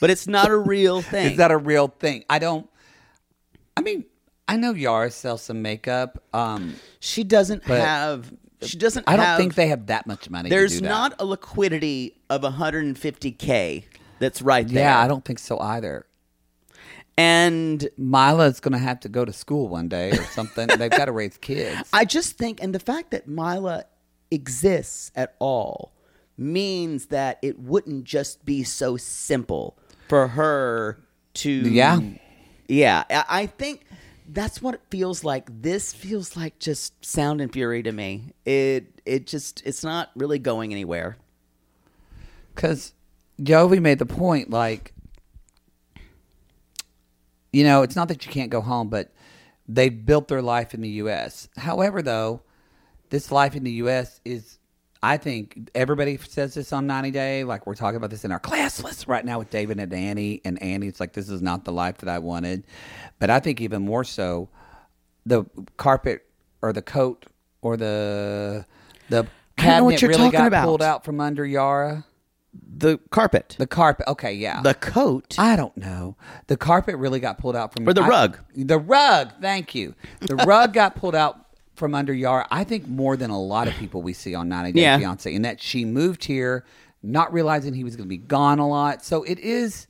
S5: but it's not a real thing.
S3: It's not a real thing. I don't. I mean, I know Yara sells some makeup. Um,
S5: she doesn't
S3: But
S5: have. She doesn't.
S3: I don't
S5: have-
S3: think they have that much money. to
S5: There's
S3: do that.
S5: not a liquidity of 150k that's right there.
S3: Yeah, I don't think so either.
S5: And
S3: Mila's going to have to go to school one day or something. They've got to raise kids.
S5: I just think, and the fact that Mila exists at all means that it wouldn't just be so simple for her to.
S3: Yeah.
S5: Yeah. I I think that's what it feels like. This feels like just sound and fury to me. It, it just, it's not really going anywhere.
S3: because Jovi made the point, like, you know, it's not that you can't go home, but they built their life in the U.S. However, though, this life in the U.S. is, I think, everybody says this on 90 Day. Like, we're talking about this in our class list right now with David and Annie. And Annie, it's like, this is not the life that I wanted. But I think even more so, the carpet or the coat or the, the,
S5: I don't know what
S3: Cabinet
S5: you're
S3: really
S5: talking
S3: got
S5: about.
S3: pulled out from under Yara.
S5: The carpet,
S3: The carpet. Okay, yeah.
S5: the coat.
S3: I don't know. The carpet really got pulled out from
S5: Or the
S3: I-
S5: rug.
S3: the rug. Thank you. The rug got pulled out from under Yara. I think more than a lot of people we see on 90 Day
S5: Yeah.
S3: Fiance, and that she moved here, not realizing he was going to be gone a lot. So it is.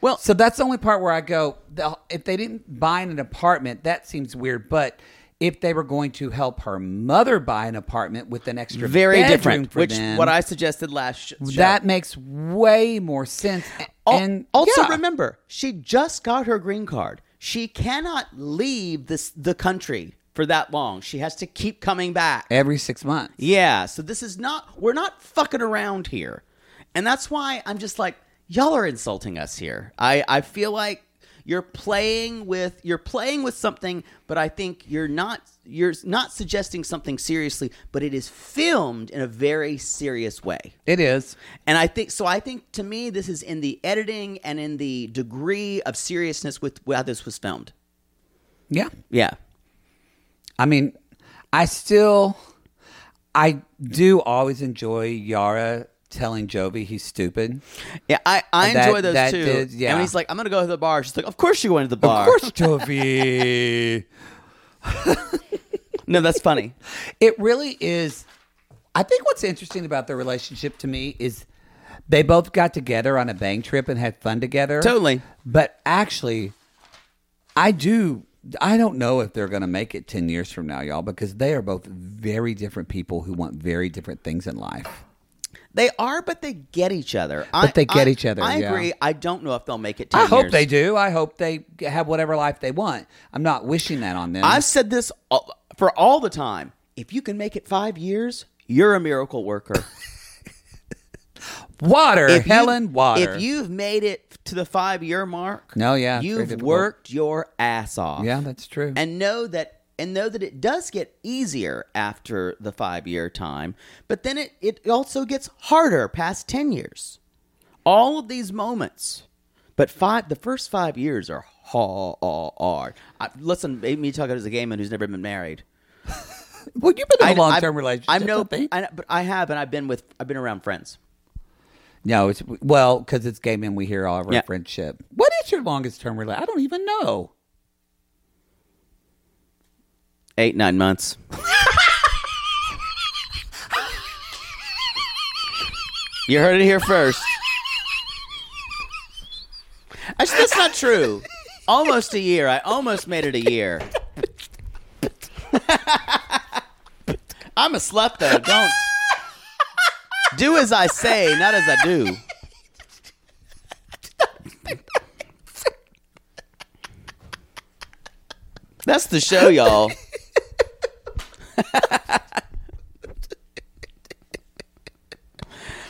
S5: Well-
S3: so that's the only part where I go. the- If they didn't buy an apartment, that seems weird. But if they were going to help her mother buy an apartment with an extra
S5: very
S3: bedroom
S5: different,
S3: for
S5: which
S3: them,
S5: what I suggested last sh- show.
S3: that makes way more sense. A-
S5: Al-
S3: And
S5: also
S3: yeah.
S5: remember, she just got her green card. She cannot leave this the country for that long. She has to keep coming back.
S3: every six months.
S5: Yeah, so this is not we're not fucking around here. And that's why I'm just like y'all are insulting us here. I I feel like you're playing with you're playing with something, but I think you're not you're not suggesting something seriously, but it is filmed in a very serious way.
S3: It is.
S5: And I think so. I think to me, this is in the editing and in the degree of seriousness with how this was filmed.
S3: Yeah.
S5: Yeah,
S3: I mean, I still, I do always enjoy Yara telling Jovi he's stupid.
S5: yeah. I, I
S3: That-
S5: enjoy those
S3: that
S5: too.
S3: did- yeah.
S5: And when he's like, "I'm gonna go to the bar," she's like, "Of course you're going to the bar."
S3: Of course, Jovi.
S5: No, that's funny.
S3: it really is. I think what's interesting about their relationship to me is they both got together on a bang trip and had fun together.
S5: Totally.
S3: But actually, I do. I don't know if they're going to make it 10 years from now, y'all, because they are both very different people who want very different things in life.
S5: they are, but they get each other. I,
S3: But they get
S5: I-
S3: each other,
S5: I
S3: yeah.
S5: agree. I don't know if they'll make it. 10
S3: I hope
S5: years.
S3: they do. I hope they have whatever life they want. I'm not wishing that on them.
S5: I've said this all- for all the time. If you can make it five years, you're a miracle worker.
S3: water,
S5: if you-
S3: Helen, water.
S5: If you've made it to the five year mark,
S3: No, yeah, it's very
S5: you've
S3: difficult.
S5: worked your ass off.
S3: yeah, that's true.
S5: and know that and know that it does get easier after the five year time, but then it, it also gets harder past ten years. All of these moments, but five the first five years are hard. I, listen, me talking as a gay man who's never been married.
S3: well, you've been in a
S5: I-
S3: long term
S5: I've-
S3: relationship.
S5: I'm no,
S3: I think.
S5: I, but I have, and I've been with, I've been around friends.
S3: No, it's well because it's gay men. We hear all of our
S5: Yeah.
S3: friendship. What is your longest term relationship? I don't even know.
S5: Eight, nine months. you heard it here first. Actually, that's not true. Almost a year. I almost made it a year. I'm a slut, though. Don't. Do as I say, not as I do. That's the show, y'all.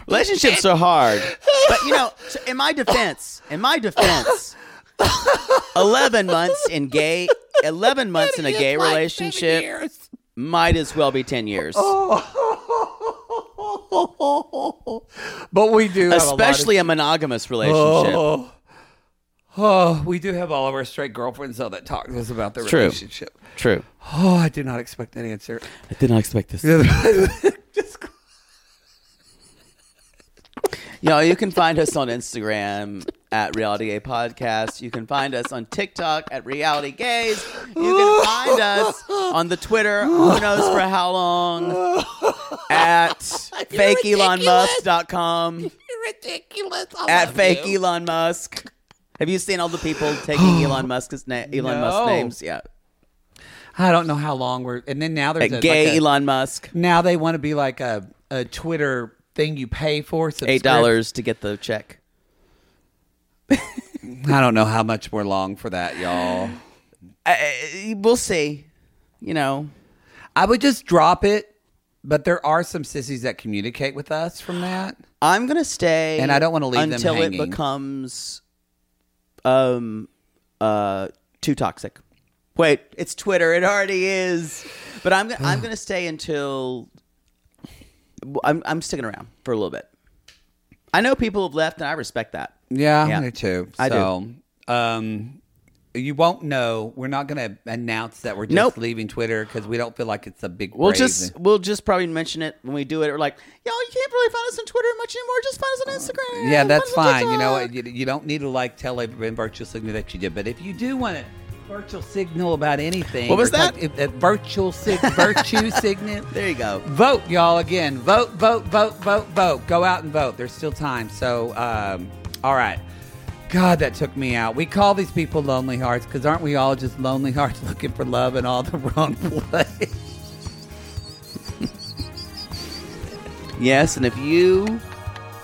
S5: Relationships are hard. But you know, so in my defense, in my defense, 11 months in gay 11 months in a gay relationship might as well be 10 years.
S3: Oh, But we do, have a lot of-
S5: Especially a monogamous relationship.
S3: Oh, oh, we do have all of our straight girlfriends though that talk to us about their
S5: True.
S3: relationship.
S5: True.
S3: Oh, I did not expect that answer.
S6: I did not expect this.
S5: You know, you can find us on Instagram at Reality Gay Podcast. You can find us on TikTok at Reality Gays. You can find us on the Twitter, who knows for how long, at fakeelonmusk.com. You're ridiculous. At fake Elon Musk. Have you seen all the people taking Elon Musk's na- Elon Musk
S3: No.
S5: names? Yeah.
S3: I don't know how long we're, and then now there's a,
S5: Gay
S3: like a-
S5: Elon Musk.
S3: Now they want to be like a, a Twitter thing you pay for.
S5: Eight
S3: subscrip-
S5: dollars to get the check.
S3: I don't know how much we're long for that, y'all.
S5: Uh, We'll see. You know.
S3: I would just drop it, but there are some sissies that communicate with us from that.
S5: I'm gonna stay,
S3: And I don't wanna leave them
S5: until it
S3: hanging.
S5: becomes, um, uh, too toxic. Wait, it's Twitter. It already is. But I'm gonna, I'm gonna stay until I'm I'm sticking around for a little bit. I know people have left, and I respect that.
S3: Yeah,
S5: Yeah.
S3: me too.
S5: I do.
S3: so, Um, you won't know. We're not going to announce that we're just
S5: Nope.
S3: leaving Twitter because we don't feel like it's a big.
S5: We'll
S3: brave-
S5: just we'll just probably mention it when we do it. We're like, y'all, you can't really find us on Twitter much anymore. Just find us on Instagram.
S3: Yeah, that's
S5: Find us on
S3: fine. You know
S5: TikTok."
S3: what? You, you don't need to like tell everyone virtual signal that you did, but if you do want to virtual signal about anything,
S5: What was
S3: or talk-
S5: that?
S3: if, if virtual sig- virtue signal.
S5: There you go.
S3: Vote, y'all. Again, vote, vote, vote, vote, vote. Go out and vote. There's still time. So, um, all right. God, that took me out. We call these people lonely hearts because aren't we all just lonely hearts looking for love in all the wrong places?
S5: Yes, and if you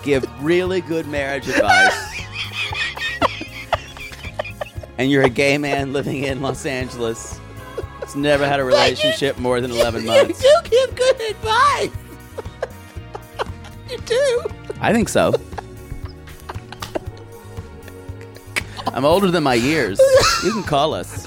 S5: give really good marriage advice and you're a gay man living in Los Angeles, it's never had a relationship more than 11 months.
S3: do give good advice. you do.
S5: I think so. I'm older than my years. You can call us.